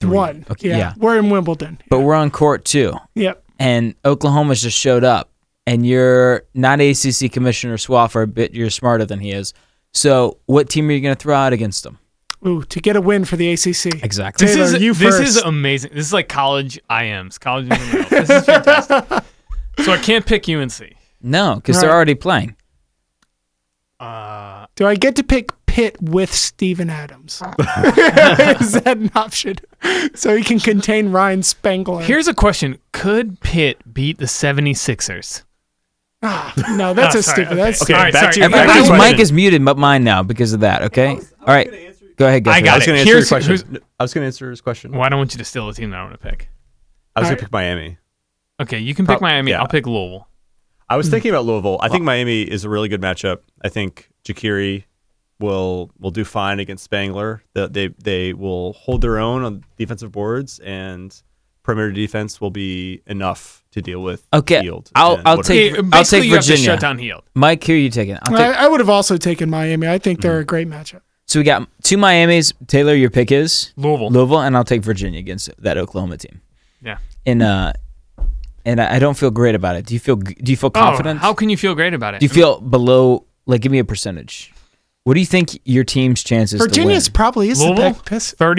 three. One. Okay, yeah. yeah. We're in Wimbledon. But we're on court two, Yep. and Oklahoma's just showed up, and you're not ACC Commissioner Swafford, but you're smarter than he is. So what team are you going to throw out against him? Ooh, to get a win for the ACC. Exactly. This Taylor, is you this is first. amazing. This is like college IMs, college. in the middle. this is fantastic. So I can't pick UNC. No, because Right. they're already playing. Uh, Do I get to pick Pitt with Steven Adams? Is that an option? So he can contain Ryan Spangler. here's a question: Could Pitt beat the 76ers? ah, no, that's Oh, a sorry, stupid. That's okay. Sorry, back sorry. to your- Back to Everybody's your mic question. is muted, but mine now because of that. Okay. All right. Go ahead. Go I for got I it. was going to answer Here's- your question. who's- No, I was going to answer his question. Well, I don't want you to steal the team that I want to pick. I was All going right. to pick Miami. Okay, you can pick Miami. yeah. I'll pick Louisville. I Hmm. was thinking about Louisville. I think Miami is a really good matchup. I think Jakiri will will do fine against Spangler. That they they will hold their own on defensive boards and perimeter defense will be enough to deal with Okay, Field I'll- and I'll Woodard. take- Yeah, I'll basically, you have to Virginia. shut down Heald. Mike, here you take it. I'll take- I, I would have also taken Miami. I think Mm. they're a great matchup. so we got two Miami's. Taylor, your pick is Louisville. Louisville, and I'll take Virginia against that Oklahoma team. Yeah. And uh, and I I don't feel great about it. Do you feel? g- Do you feel confident? Oh, how can you feel great about it? Do you feel below? Like, give me a percentage. What do you think your team's chances Virginia's to win? probably is Louisville? the best- best 30%?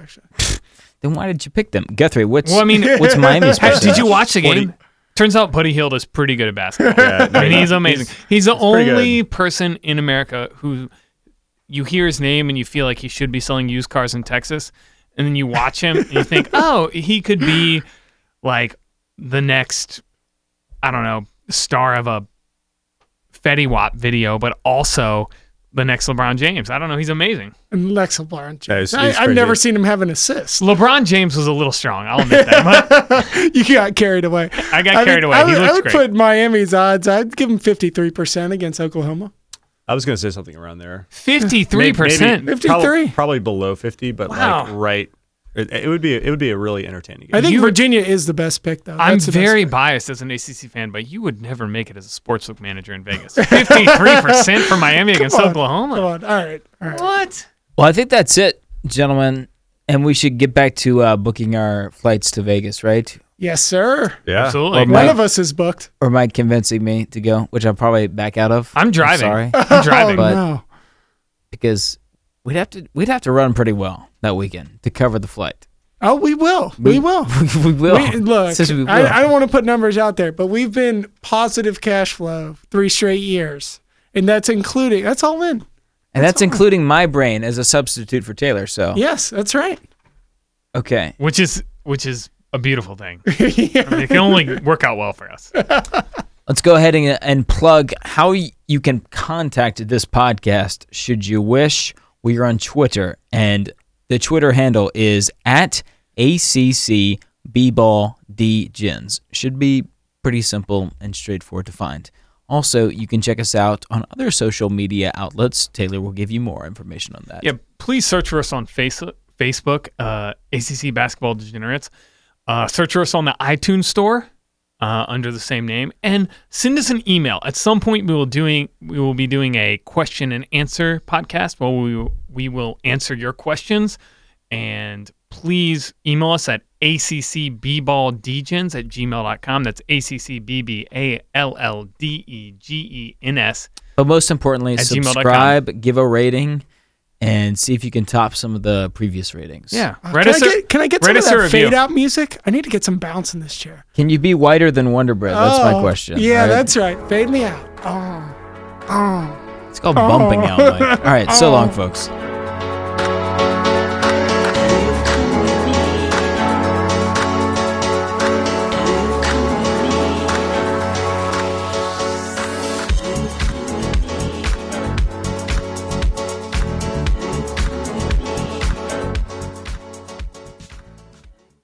best pick, actually. Then why did you pick them, Guthrie? What's Well, I mean- what's Miami's Hey, percentage? did you watch the What do game? you- Turns out Buddy Hield is pretty good at basketball. Yeah, no, I mean, no, he's amazing. He's, the pretty only person in America who you hear his name and you feel like he should be selling used cars in Texas, and then you watch him and you think, oh, he could be like the next, I don't know, star of a Fetty Wap video, but also the next LeBron James. I don't know. He's amazing. And Lex LeBron Yeah, James. he's- I, he's I've pretty never good. seen him have an assist. LeBron James was a little strong. I'll admit that. But you got carried away. I got would- carried away. I He would, I looks would great. put Miami's odds. I'd give him fifty-three percent against Oklahoma. I was going to say something around there. 53%. Maybe- prob- 53. probably below 50, but Wow. like right. It, it would be it would be a really entertaining game. I think You- Virginia is the best pick, though. I'm That's the best very pick. biased as an ACC fan, but you would never make it as a sports book manager in Vegas. 53% for Miami against on, Come Oklahoma. on. All right. All right. What? Well, I think that's it, gentlemen. And we should get back to uh, booking our flights to Vegas, right? Yes, sir. yeah. Absolutely. Uh, Well, One Mike- of us is booked. Or Mike convincing me to go, which I'll probably back out of. I'm driving. sorry, I'm driving. But- no. because we'd have to we'd have to run pretty well that weekend to cover the flight. Oh, we will. We, will. we will. We, look, Says we will. I, I don't want to put numbers out there, but we've been positive cash flow three straight years, and that's including that's all in. and that's including my brain as a substitute for Taylor. So Yes, that's right. okay, which is which is a beautiful thing. I mean, it can only work out well for us. let's go ahead and, and plug how y- you can contact this podcast should you wish. We are on Twitter, and the Twitter handle is at ACCBBallDgens. Should be pretty simple and straightforward to find. Also, you can check us out on other social media outlets. Taylor will give you more information on that. Yeah, please search for us on Facebook, Facebook, uh, ACC Basketball Degenerates. Uh, search for us on the iTunes Store uh, under the same name, and send us an email. At some point, we will doing we will be doing a question and answer podcast. Well, we will- we will answer your questions, and please email us at accbballdegens at gmail.com. That's E accbballdegens But most importantly, At gmail.com. subscribe, give a rating, and see if you can top some of the previous ratings. Yeah, Can write I us a- get, can I get write some of us a that review. fade out music? I need to get some bounce in this chair. Can you be whiter than Wonder Bread? That's my Oh, question. all Yeah, right? that's right. Fade me out. Oh, oh. Oh. it's called bumping out. Mike. All right, so long, folks.